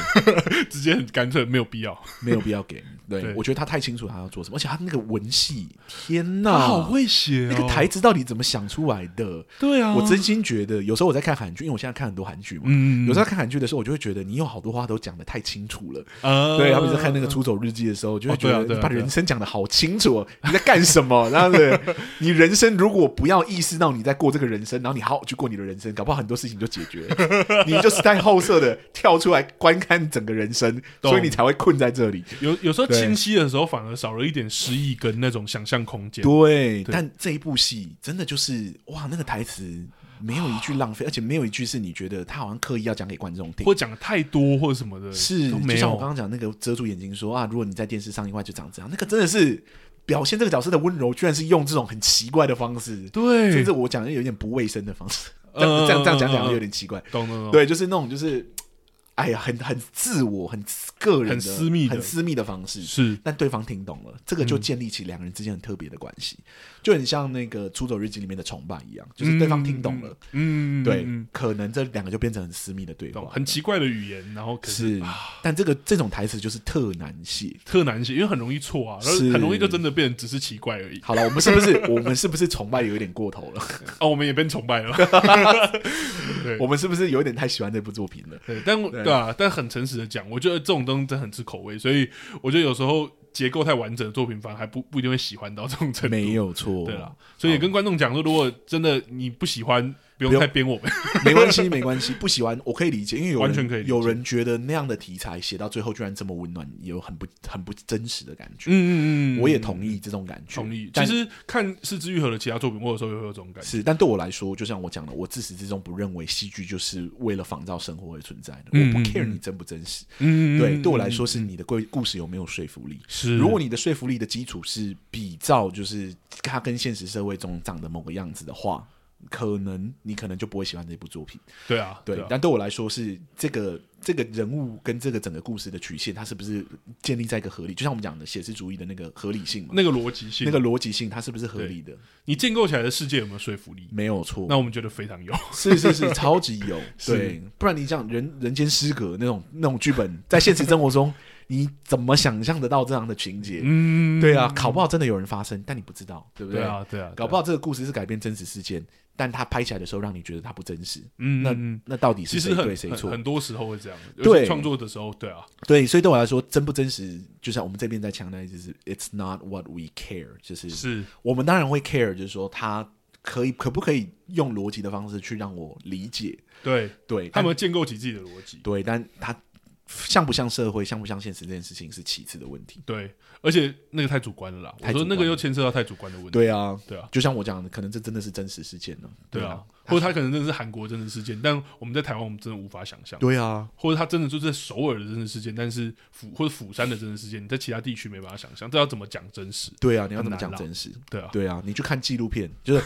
[SPEAKER 1] 直接很干脆，没有必要。
[SPEAKER 2] 没有必要 给。对
[SPEAKER 1] 对，
[SPEAKER 2] 我觉得他太清楚他要做什么，而且他那个文戏，天
[SPEAKER 1] 他
[SPEAKER 2] 哪，
[SPEAKER 1] 好会写、哦，
[SPEAKER 2] 啊那个台词到底怎么想出来的？
[SPEAKER 1] 对啊，
[SPEAKER 2] 我真心觉得，有时候我在看韩剧，因为我现在看很多韩剧嘛，
[SPEAKER 1] 嗯
[SPEAKER 2] 有时候看韩剧的时候，我就会觉得你有好多话都讲的太清楚了。
[SPEAKER 1] 啊
[SPEAKER 2] 对，他们在看那个《出走日记》的时候，就会觉
[SPEAKER 1] 哦对啊
[SPEAKER 2] 得
[SPEAKER 1] 对啊
[SPEAKER 2] 你把
[SPEAKER 1] 对啊
[SPEAKER 2] 人生讲的好清楚哦，你在干 什么？然后对，你人生如果不要意识到你在过这个人生，然后你好好去过你的人生，搞不好很多事情就解决 了。你就是太后设的跳出来观看整个人生，
[SPEAKER 1] 懂
[SPEAKER 2] 所以你才会困在这里。
[SPEAKER 1] 有有时候
[SPEAKER 2] 对
[SPEAKER 1] 清晰的时候，反而少了一点诗意跟那种想象空间。
[SPEAKER 2] 对，但这一部戏真的就是哇，那个台词没有一句浪费，而且没有一句是你觉得他好像刻意要讲给观众听
[SPEAKER 1] 或。讲的太多或者什么的，
[SPEAKER 2] 是，
[SPEAKER 1] 都
[SPEAKER 2] 就
[SPEAKER 1] 没
[SPEAKER 2] 像我
[SPEAKER 1] 有
[SPEAKER 2] 刚刚讲那个遮住眼睛说啊，如果你在电视上映外就长这样，那个真的是表现这个角色的温柔，居然是用这种很奇怪的方式，
[SPEAKER 1] 对
[SPEAKER 2] 甚至，我讲的有点不卫生的方式，这
[SPEAKER 1] 呃哦
[SPEAKER 2] 样这样这样讲讲有点奇怪，
[SPEAKER 1] 懂懂懂，
[SPEAKER 2] 对，就是那种就是，哎呀，很很自我、很个人的、
[SPEAKER 1] 很私密的
[SPEAKER 2] 很私密的方式，
[SPEAKER 1] 是嗯
[SPEAKER 2] 但对方听懂了，这个就建立起两个人之间很特别的关系，就很像那个《出走日记》里面的崇拜一样，就是对方听懂了，，
[SPEAKER 1] 嗯，嗯
[SPEAKER 2] 对
[SPEAKER 1] 嗯，
[SPEAKER 2] 可能这两个就变成很私密的对
[SPEAKER 1] 懂，
[SPEAKER 2] 话，
[SPEAKER 1] 很奇怪的语言，然后可是啊
[SPEAKER 2] 是，但这个这种台词就是特难写。
[SPEAKER 1] 特难写，因为很容易错啊，然后
[SPEAKER 2] 是
[SPEAKER 1] 很容易就真的变成只是奇怪而已。
[SPEAKER 2] 好了，我们是 不是我们是不是崇拜有一点过头了？
[SPEAKER 1] 哦，我们也变崇拜 了，对
[SPEAKER 2] 我们是不是有一点太喜欢这部作品了？
[SPEAKER 1] 对，但我
[SPEAKER 2] 对
[SPEAKER 1] 对啊，但很诚实的讲，我觉得这种东西真的很吃口味，所以我觉得有时候结构太完整的作品，反而还不不一定会喜欢到这种程度。
[SPEAKER 2] 没有哦错，
[SPEAKER 1] 对啦，所以也跟观众讲说，如果真的你不喜欢，不
[SPEAKER 2] 不
[SPEAKER 1] 用
[SPEAKER 2] 用
[SPEAKER 1] 太编 我们。
[SPEAKER 2] 没关系，没关系，不喜欢我可以理解，因为有人
[SPEAKER 1] 完全可以理解
[SPEAKER 2] 有人觉得那样的题材写到最后居然这么温暖，有很不 很不真实的感觉。
[SPEAKER 1] 嗯
[SPEAKER 2] 我也同意这种感觉，
[SPEAKER 1] 同意。其
[SPEAKER 2] 但
[SPEAKER 1] 实看四肢愈合的其他作品，我有时候也会有这种感觉。
[SPEAKER 2] 是，但对我来说，就像我讲的，我自始至终不认为戏剧就是为了仿造生活而存在的。
[SPEAKER 1] 嗯
[SPEAKER 2] 我
[SPEAKER 1] 嗯
[SPEAKER 2] 不 care
[SPEAKER 1] 嗯
[SPEAKER 2] 你真不真实，
[SPEAKER 1] 嗯
[SPEAKER 2] 对，对我来说是你的故故事有没有说服力。
[SPEAKER 1] 是，
[SPEAKER 2] 如果你的说服力的基础是比照就是它跟现实社会中长的某个样子的话，可能你可能就不会喜欢这部作品。
[SPEAKER 1] 对啊，
[SPEAKER 2] 对，
[SPEAKER 1] 啊
[SPEAKER 2] 但对我来说是这个这个人物跟这个整个故事的曲线，它是不是建立在一个合理？就像我们讲的写实主义的那个合理性嘛，
[SPEAKER 1] 那个逻辑性，
[SPEAKER 2] 那个逻辑性它是不是合理的？
[SPEAKER 1] 你建构起来的世界有没有说服力？
[SPEAKER 2] 没有错
[SPEAKER 1] 那，我们觉得非常有。
[SPEAKER 2] 是是是，超级有
[SPEAKER 1] 是
[SPEAKER 2] 对，不然你像人人间失格那种那种剧本，在现实生活中你怎么想象得到这样的情节？
[SPEAKER 1] 嗯，
[SPEAKER 2] 对啊，考不好真的有人发生，但你不知道，对不
[SPEAKER 1] 对啊，对啊，
[SPEAKER 2] 搞不好这个故事是改编真实事件，但他拍起来的时候让你觉得他不真实，
[SPEAKER 1] 嗯，
[SPEAKER 2] 那
[SPEAKER 1] 嗯嗯
[SPEAKER 2] 那到底是
[SPEAKER 1] 其实
[SPEAKER 2] 谁
[SPEAKER 1] 很
[SPEAKER 2] 对谁
[SPEAKER 1] 很
[SPEAKER 2] 错？
[SPEAKER 1] 很多时候会这样，尤其
[SPEAKER 2] 对嗯
[SPEAKER 1] 创作的时候，对啊，
[SPEAKER 2] 对，所以对我来说，真不真实，就像我们这边在强调，就是 it's not what we care，就是
[SPEAKER 1] 是
[SPEAKER 2] 我们当然会 care，就是说他可以可不可以用逻辑的方式去让我理解，
[SPEAKER 1] 对，
[SPEAKER 2] 对，
[SPEAKER 1] 他
[SPEAKER 2] 但
[SPEAKER 1] 们会建构起自己的逻辑，
[SPEAKER 2] 对，但他像不像社会，像不像现实这件事情是其次的问题。
[SPEAKER 1] 对，而且那个太主观了啦。我
[SPEAKER 2] 太主
[SPEAKER 1] 说
[SPEAKER 2] 观
[SPEAKER 1] 那个又牵涉到太主观的问题，
[SPEAKER 2] 对啊，
[SPEAKER 1] 对啊，
[SPEAKER 2] 就像我讲的，可能这真的是真实事件呢、
[SPEAKER 1] 对啊，，或者他可能真的是韩国真的事件，但我们在台湾我们真的无法想象，
[SPEAKER 2] 对啊，
[SPEAKER 1] 或者他真的就是在首尔的真实事件，但是釜或者釜山的真实事件，你在其他地区没办法想象，这要怎么讲真实？
[SPEAKER 2] 对啊，你要怎么
[SPEAKER 1] 很难
[SPEAKER 2] 讲
[SPEAKER 1] 啦
[SPEAKER 2] 真实？
[SPEAKER 1] 对啊，
[SPEAKER 2] 对啊，你去看纪录片，就是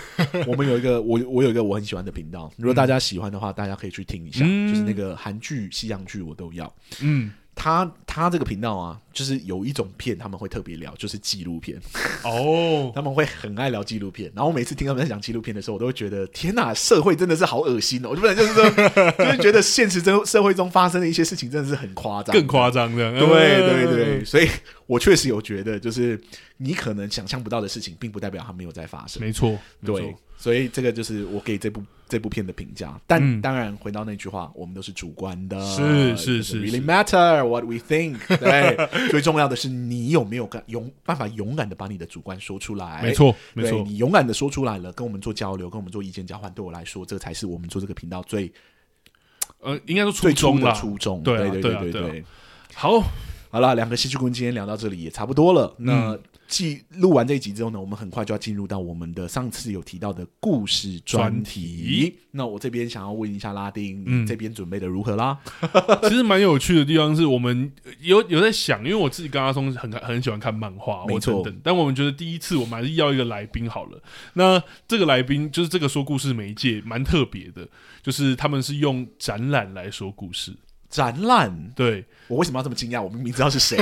[SPEAKER 2] 我们有一个我我有一个我很喜欢的频道，如果大家喜欢的话，大家可以去听一下，
[SPEAKER 1] 嗯
[SPEAKER 2] 就是那个韩剧、西洋剧我都要。
[SPEAKER 1] 嗯，
[SPEAKER 2] 他他这个频道啊，就是有一种片他们会特别聊，就是纪录片，
[SPEAKER 1] 哦，
[SPEAKER 2] 他们会很爱聊纪录片。然后我每次听他们在讲纪录片的时候，我都会觉得天哪，社会真的是好恶心哦！我就本来就是说，就是觉得现实中社会中发生的一些事情真的是很夸张，
[SPEAKER 1] 更嗯夸张的，
[SPEAKER 2] 对对对，，所以我确实有觉得，就是你可能想象不到的事情，并不代表它没有在发生。
[SPEAKER 1] 没错，没
[SPEAKER 2] 对
[SPEAKER 1] 错，，
[SPEAKER 2] 所以这个就是我给这部这部片的评价。但、
[SPEAKER 1] 嗯
[SPEAKER 2] 当然，回到那句话，我们都是主观的，
[SPEAKER 1] 是是
[SPEAKER 2] 就是，really matter what we think 。 对，最重要的是你有没有敢勇办法勇敢的把你的主观说出来。
[SPEAKER 1] 没错，没
[SPEAKER 2] 哎对，
[SPEAKER 1] 错，
[SPEAKER 2] 你勇敢的说出来了，跟我们做交流，跟我们做意见交换，对我来说，这才是我们做这个频道最
[SPEAKER 1] 呃，应该说初
[SPEAKER 2] 最初
[SPEAKER 1] 衷
[SPEAKER 2] 的
[SPEAKER 1] 啦。
[SPEAKER 2] 初衷。
[SPEAKER 1] 对啊
[SPEAKER 2] 对
[SPEAKER 1] 对啊
[SPEAKER 2] 对
[SPEAKER 1] 对啊
[SPEAKER 2] 对。
[SPEAKER 1] 好，
[SPEAKER 2] 好了，两个戏剧顾问今天聊到这里也差不多了。
[SPEAKER 1] 嗯
[SPEAKER 2] 那记录完这一集之后呢，我们很快就要进入到我们的上次有提到的故事专
[SPEAKER 1] 专
[SPEAKER 2] 题。那我这边想要问一下拉丁，
[SPEAKER 1] 嗯
[SPEAKER 2] 你这边准备的如何啦？
[SPEAKER 1] 其实蛮有趣的地方是我们呃有有在想，因为我自己跟阿松很很喜欢看漫画，
[SPEAKER 2] 没
[SPEAKER 1] 我
[SPEAKER 2] 错
[SPEAKER 1] 等等，但我们觉得第一次我们还是要一个来宾好了。那这个来宾就是这个说故事媒介蛮特别的，就是他们是用展览来说故事，
[SPEAKER 2] 展览，
[SPEAKER 1] 对，
[SPEAKER 2] 我为什么要这么惊讶？我明明知道 是谁。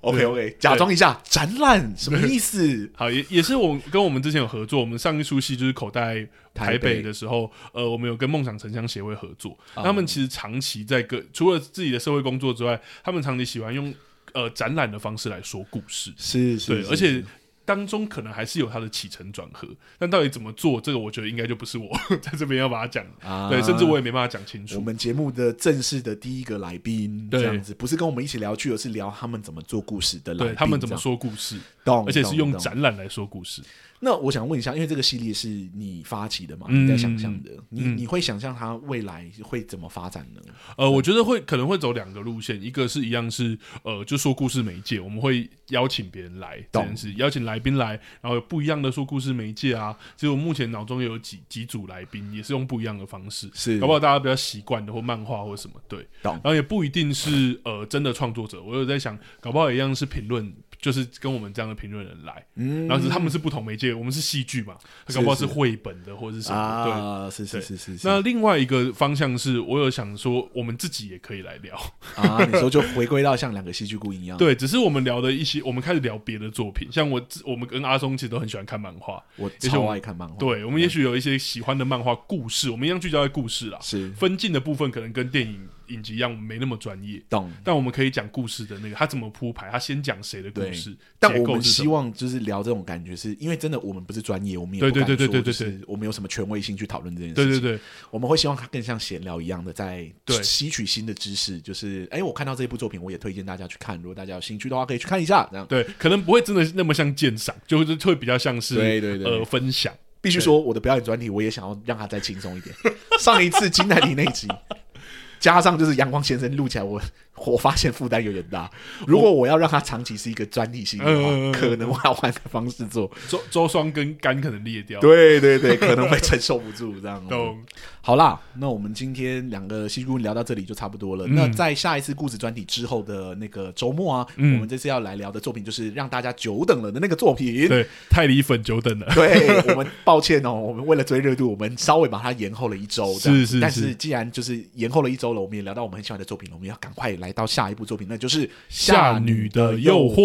[SPEAKER 2] OK OK，假装一下，展览什么意思？
[SPEAKER 1] 好，也也是我跟我们之前有合作，我们上一出戏就是口袋
[SPEAKER 2] 台
[SPEAKER 1] 台
[SPEAKER 2] 北
[SPEAKER 1] 北的时候，呃，我们有跟梦想城乡协会合作，
[SPEAKER 2] 哦
[SPEAKER 1] 他们其实长期在各除了自己的社会工作之外，他们长期喜欢用呃展览的方式来说故事，
[SPEAKER 2] 是是，
[SPEAKER 1] 对，
[SPEAKER 2] 是
[SPEAKER 1] 而且。当中可能还是有它的起承转合，但到底怎么做，这个我觉得应该就不是我 在这边要把它讲，
[SPEAKER 2] 啊
[SPEAKER 1] 对，甚至我也没办法讲清
[SPEAKER 2] 我
[SPEAKER 1] 楚。
[SPEAKER 2] 们节目的正式的第一个来宾，
[SPEAKER 1] 对
[SPEAKER 2] 这样子不是跟我们一起聊剧，而是聊他们怎么做故事的来
[SPEAKER 1] 对
[SPEAKER 2] 宾，
[SPEAKER 1] 他们怎么
[SPEAKER 2] 这样
[SPEAKER 1] 说故事，
[SPEAKER 2] 懂，
[SPEAKER 1] 而且是用
[SPEAKER 2] 懂懂
[SPEAKER 1] 展览来说故事。
[SPEAKER 2] 那我想问一下，因为这个系列是你发起的嘛？
[SPEAKER 1] 嗯
[SPEAKER 2] 你在想象的，你
[SPEAKER 1] 嗯
[SPEAKER 2] 你会想象它未来会怎么发展呢？
[SPEAKER 1] 呃，我觉得会可能会走两个路线，一个是一样是呃，就说故事媒介，我们会邀请别人来这
[SPEAKER 2] 懂
[SPEAKER 1] 件事，邀请来宾来，然后有不一样的说故事媒介啊。其实我目前脑中也有几几组来宾，也是用不一样的方式，
[SPEAKER 2] 是
[SPEAKER 1] 搞不好大家比较习惯的或漫画或什么，对，
[SPEAKER 2] 懂
[SPEAKER 1] 然后也不一定是呃真的创作者，我有在想，搞不好一样是评论。就是跟我们这样的评论人来，
[SPEAKER 2] 嗯
[SPEAKER 1] 然后只是他们是不同媒介，我们是戏剧嘛，搞不好
[SPEAKER 2] 是
[SPEAKER 1] 是
[SPEAKER 2] 是
[SPEAKER 1] 绘本的或者是什么，对，
[SPEAKER 2] 啊，是是
[SPEAKER 1] 对
[SPEAKER 2] 是是是。
[SPEAKER 1] 那另外一个方向是，我有想说，我们自己也可以来聊，
[SPEAKER 2] 啊，你说就回归到像两个戏剧顾一样，，
[SPEAKER 1] 对，只是我们聊的一些，我们开始聊别的作品，像我自，我们跟阿松其实都很喜欢看漫画，
[SPEAKER 2] 我
[SPEAKER 1] 也许我
[SPEAKER 2] 超爱看漫画，，
[SPEAKER 1] 对，我们也许有一些喜欢的漫画故事，我们一样聚焦在故事啦，
[SPEAKER 2] 是
[SPEAKER 1] 分镜的部分可能跟电影影集一样，我们没那么专业，
[SPEAKER 2] 懂。
[SPEAKER 1] 但我们可以讲故事的那个，他怎么铺排，他先讲谁的故
[SPEAKER 2] 对
[SPEAKER 1] 事，
[SPEAKER 2] 但
[SPEAKER 1] 结
[SPEAKER 2] 我
[SPEAKER 1] 构
[SPEAKER 2] 们
[SPEAKER 1] 是什
[SPEAKER 2] 希
[SPEAKER 1] 么，
[SPEAKER 2] 望就是聊这种感觉是，因为真的我们不是专业，我们也
[SPEAKER 1] 对
[SPEAKER 2] 不敢
[SPEAKER 1] 对对对
[SPEAKER 2] 说
[SPEAKER 1] 对
[SPEAKER 2] 就
[SPEAKER 1] 对
[SPEAKER 2] 是我们有什么权威性去讨论这件事
[SPEAKER 1] 对
[SPEAKER 2] 情。
[SPEAKER 1] 对对，
[SPEAKER 2] 我们会希望它更像闲聊一样的，在
[SPEAKER 1] 对
[SPEAKER 2] 吸取新的知识。就是，哎，我看到这部作品，我也推荐大家去看。如果大家有兴趣的话，可以去看一下。这样，
[SPEAKER 1] 对，可能不会真的那么像鉴赏，就是会比较像是
[SPEAKER 2] 对对对
[SPEAKER 1] 呃分享，
[SPEAKER 2] 必须说，我的表演专题，我也想要让它再轻松一点。上一次金泰梨那一集， 加上就是阳光先生录起来，我我发现负担有点大。如果我要让它长期是一个专题性的话，
[SPEAKER 1] 嗯嗯嗯嗯
[SPEAKER 2] 可能我要换个方式做。
[SPEAKER 1] 周周双跟肝可能裂掉，
[SPEAKER 2] 对对对，可能会承受不住这样。哦
[SPEAKER 1] 懂。
[SPEAKER 2] 好啦，那我们今天两个戏剧顾问聊到这里就差不多
[SPEAKER 1] 嗯
[SPEAKER 2] 了。那在下一次故事专题之后的那个周末啊，
[SPEAKER 1] 嗯
[SPEAKER 2] 我们这次要来聊的作品就是让大家久等了的那个作品。
[SPEAKER 1] 对，泰梨粉久等了。
[SPEAKER 2] 对我们抱歉哦，我们为了追热度，我们稍微把它延后了一周。这样
[SPEAKER 1] 是是
[SPEAKER 2] 但
[SPEAKER 1] 是
[SPEAKER 2] 是既然就是延后了一周了，我们也聊到我们很喜欢的作品了，我们要赶快来到下一部作品，那就是《
[SPEAKER 1] 夏女的诱惑》。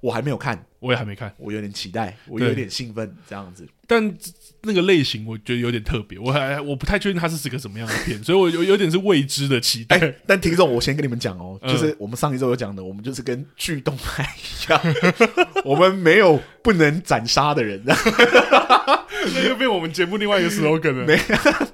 [SPEAKER 2] 我还没有看，
[SPEAKER 1] 我也还没看，
[SPEAKER 2] 我有点期待，我
[SPEAKER 1] 对
[SPEAKER 2] 有点兴奋，这样子。
[SPEAKER 1] 但这那个类型我觉得有点特别，我还我不太确定它是是个什么样的片，所以我有有点是未知的期待。
[SPEAKER 2] 哎、但听众，我先跟你们讲哦，
[SPEAKER 1] 嗯
[SPEAKER 2] 就是我们上一周有讲的，我们就是跟剧动漫一样， 我们没有不能斩杀的人，
[SPEAKER 1] 那又变我们节目另外一个 slogan 了。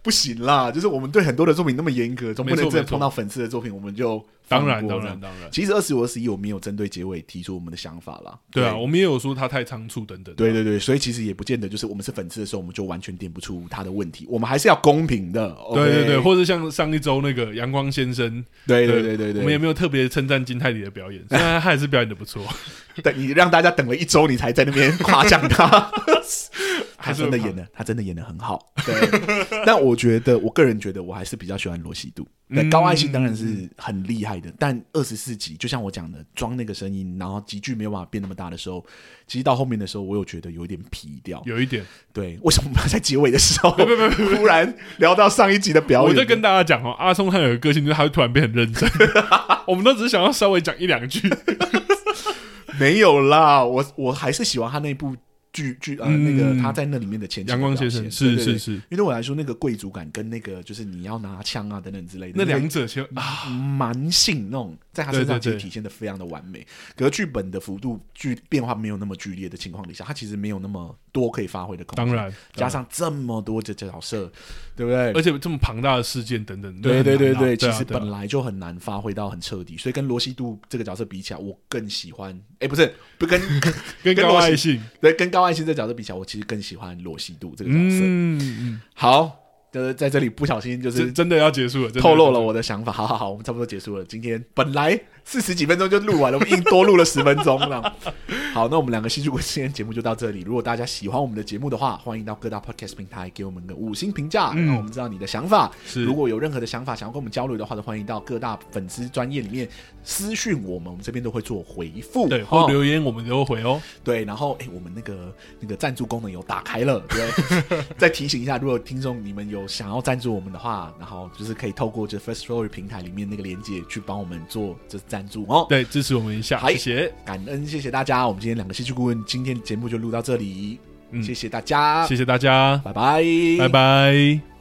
[SPEAKER 2] 不行啦。就是我们对很多的作品那么严格，总不
[SPEAKER 1] 没
[SPEAKER 2] 能
[SPEAKER 1] 错
[SPEAKER 2] 真的
[SPEAKER 1] 没错
[SPEAKER 2] 碰到粉丝的作品，我们就
[SPEAKER 1] 当然
[SPEAKER 2] 放过
[SPEAKER 1] 当
[SPEAKER 2] 这
[SPEAKER 1] 然
[SPEAKER 2] 样。
[SPEAKER 1] 当然，
[SPEAKER 2] 其实二十五二十一，我们有针对结尾提出我们的想法啦。
[SPEAKER 1] 对啊，我们也有说它太仓促等等。
[SPEAKER 2] 对对对，所以其实也不见得就是我们是粉丝的时候，我们就完全点不出他的问题，我们还是要公平的。
[SPEAKER 1] 对对对，
[SPEAKER 2] OK
[SPEAKER 1] 或者像上一周那个阳光先生，
[SPEAKER 2] 对对对对
[SPEAKER 1] 我们也
[SPEAKER 2] 对，
[SPEAKER 1] 没有特别称赞金泰里的表演，虽然他还是 表演的不错，
[SPEAKER 2] 等你让大家等了一周，你才在那边夸奖他。他
[SPEAKER 1] 还是
[SPEAKER 2] 真
[SPEAKER 1] 会
[SPEAKER 2] 的
[SPEAKER 1] 胖
[SPEAKER 2] 演的，他真的演的很好。对， 但我觉得，我个人觉得，我还是比较喜欢罗西度。对，
[SPEAKER 1] 嗯
[SPEAKER 2] 高爱信当然是很厉害的，但二十四集，就像我讲的，装那个声音，然后集距没有办法变那么大的时候，其实到后面的时候，我有觉得有一点疲掉。
[SPEAKER 1] 有一点，
[SPEAKER 2] 对，为什么我们在结尾的时候， 突然聊到上一集的表演？
[SPEAKER 1] 我在跟大家讲哦，阿松他有个个性，就是他会突然变很认真。 我们都只是想要稍微讲一两 句，
[SPEAKER 2] 没有啦，我我还是喜欢他那部剧剧呃、
[SPEAKER 1] 嗯
[SPEAKER 2] 那个他在那里面的前期的
[SPEAKER 1] 阳光先
[SPEAKER 2] 表
[SPEAKER 1] 生
[SPEAKER 2] 现
[SPEAKER 1] 是
[SPEAKER 2] 对对
[SPEAKER 1] 是
[SPEAKER 2] 对
[SPEAKER 1] 是，
[SPEAKER 2] 因为对我来说，那个贵族感跟那个就是你要拿枪啊等等之类的
[SPEAKER 1] 那
[SPEAKER 2] 个
[SPEAKER 1] 两者其实
[SPEAKER 2] 嗯
[SPEAKER 1] 啊，
[SPEAKER 2] 蛮性那种，在他身
[SPEAKER 1] 对
[SPEAKER 2] 上
[SPEAKER 1] 对
[SPEAKER 2] 其实
[SPEAKER 1] 对
[SPEAKER 2] 体现的非常的完美。可是剧本的幅度剧变化没有那么剧烈的情况底下，他其实没有那么多可以发挥的空间。
[SPEAKER 1] 当，然
[SPEAKER 2] 加上这么多的角色，对不对？
[SPEAKER 1] 而且这么庞大的事件等等，
[SPEAKER 2] 对对
[SPEAKER 1] 那很
[SPEAKER 2] 对
[SPEAKER 1] 难啊
[SPEAKER 2] 对，
[SPEAKER 1] 啊
[SPEAKER 2] 其实
[SPEAKER 1] 对啊
[SPEAKER 2] 本来就很难发挥到很彻底，所以跟罗西度这个角色比起来，我更喜欢。哎，不是，不跟
[SPEAKER 1] 跟
[SPEAKER 2] 跟
[SPEAKER 1] 高
[SPEAKER 2] 罗
[SPEAKER 1] 爱
[SPEAKER 2] 西
[SPEAKER 1] 信，
[SPEAKER 2] 对跟高爱心这个角色比起来，我其实更喜欢罗西度这个角色。
[SPEAKER 1] 嗯，嗯
[SPEAKER 2] 好，呃，在这里不小心就
[SPEAKER 1] 这
[SPEAKER 2] 是
[SPEAKER 1] 真的要结束了，真的
[SPEAKER 2] 透露
[SPEAKER 1] 要
[SPEAKER 2] 了我的想法。好好好，我们差不多结束了。今天本来四十几分钟就录完了，我们硬多录了十分钟 了。好，那我们两个戏剧鬼今天节目就到这里。如果大家喜欢我们的节目的话，欢迎到各大 podcast 平台给我们个五星评价，
[SPEAKER 1] 嗯
[SPEAKER 2] 让我们知道你的想法。
[SPEAKER 1] 是
[SPEAKER 2] 如果有任何的想法想要跟我们交流的话，都欢迎到各大粉丝专业里面私讯我们，我们这边都会做回
[SPEAKER 1] 结束
[SPEAKER 2] 复。
[SPEAKER 1] 对
[SPEAKER 2] 哦
[SPEAKER 1] 或留言我们都会回哦，
[SPEAKER 2] 对，然后哎、诶我们那个那个赞助功能有打开了，对， 再提醒一下，如果听众你们有想要赞助我们的话，然后就是可以透过这 First Story 平台里面那个连接去帮我们做这赞助哦。
[SPEAKER 1] 对，支持我们一下，
[SPEAKER 2] 嗨
[SPEAKER 1] 谢谢，
[SPEAKER 2] 感恩，谢谢大家，我们今天两个戏剧顾问今天节目就录到这里，
[SPEAKER 1] 嗯
[SPEAKER 2] 谢谢大家，
[SPEAKER 1] 谢谢大家，
[SPEAKER 2] 拜拜，
[SPEAKER 1] 拜。拜。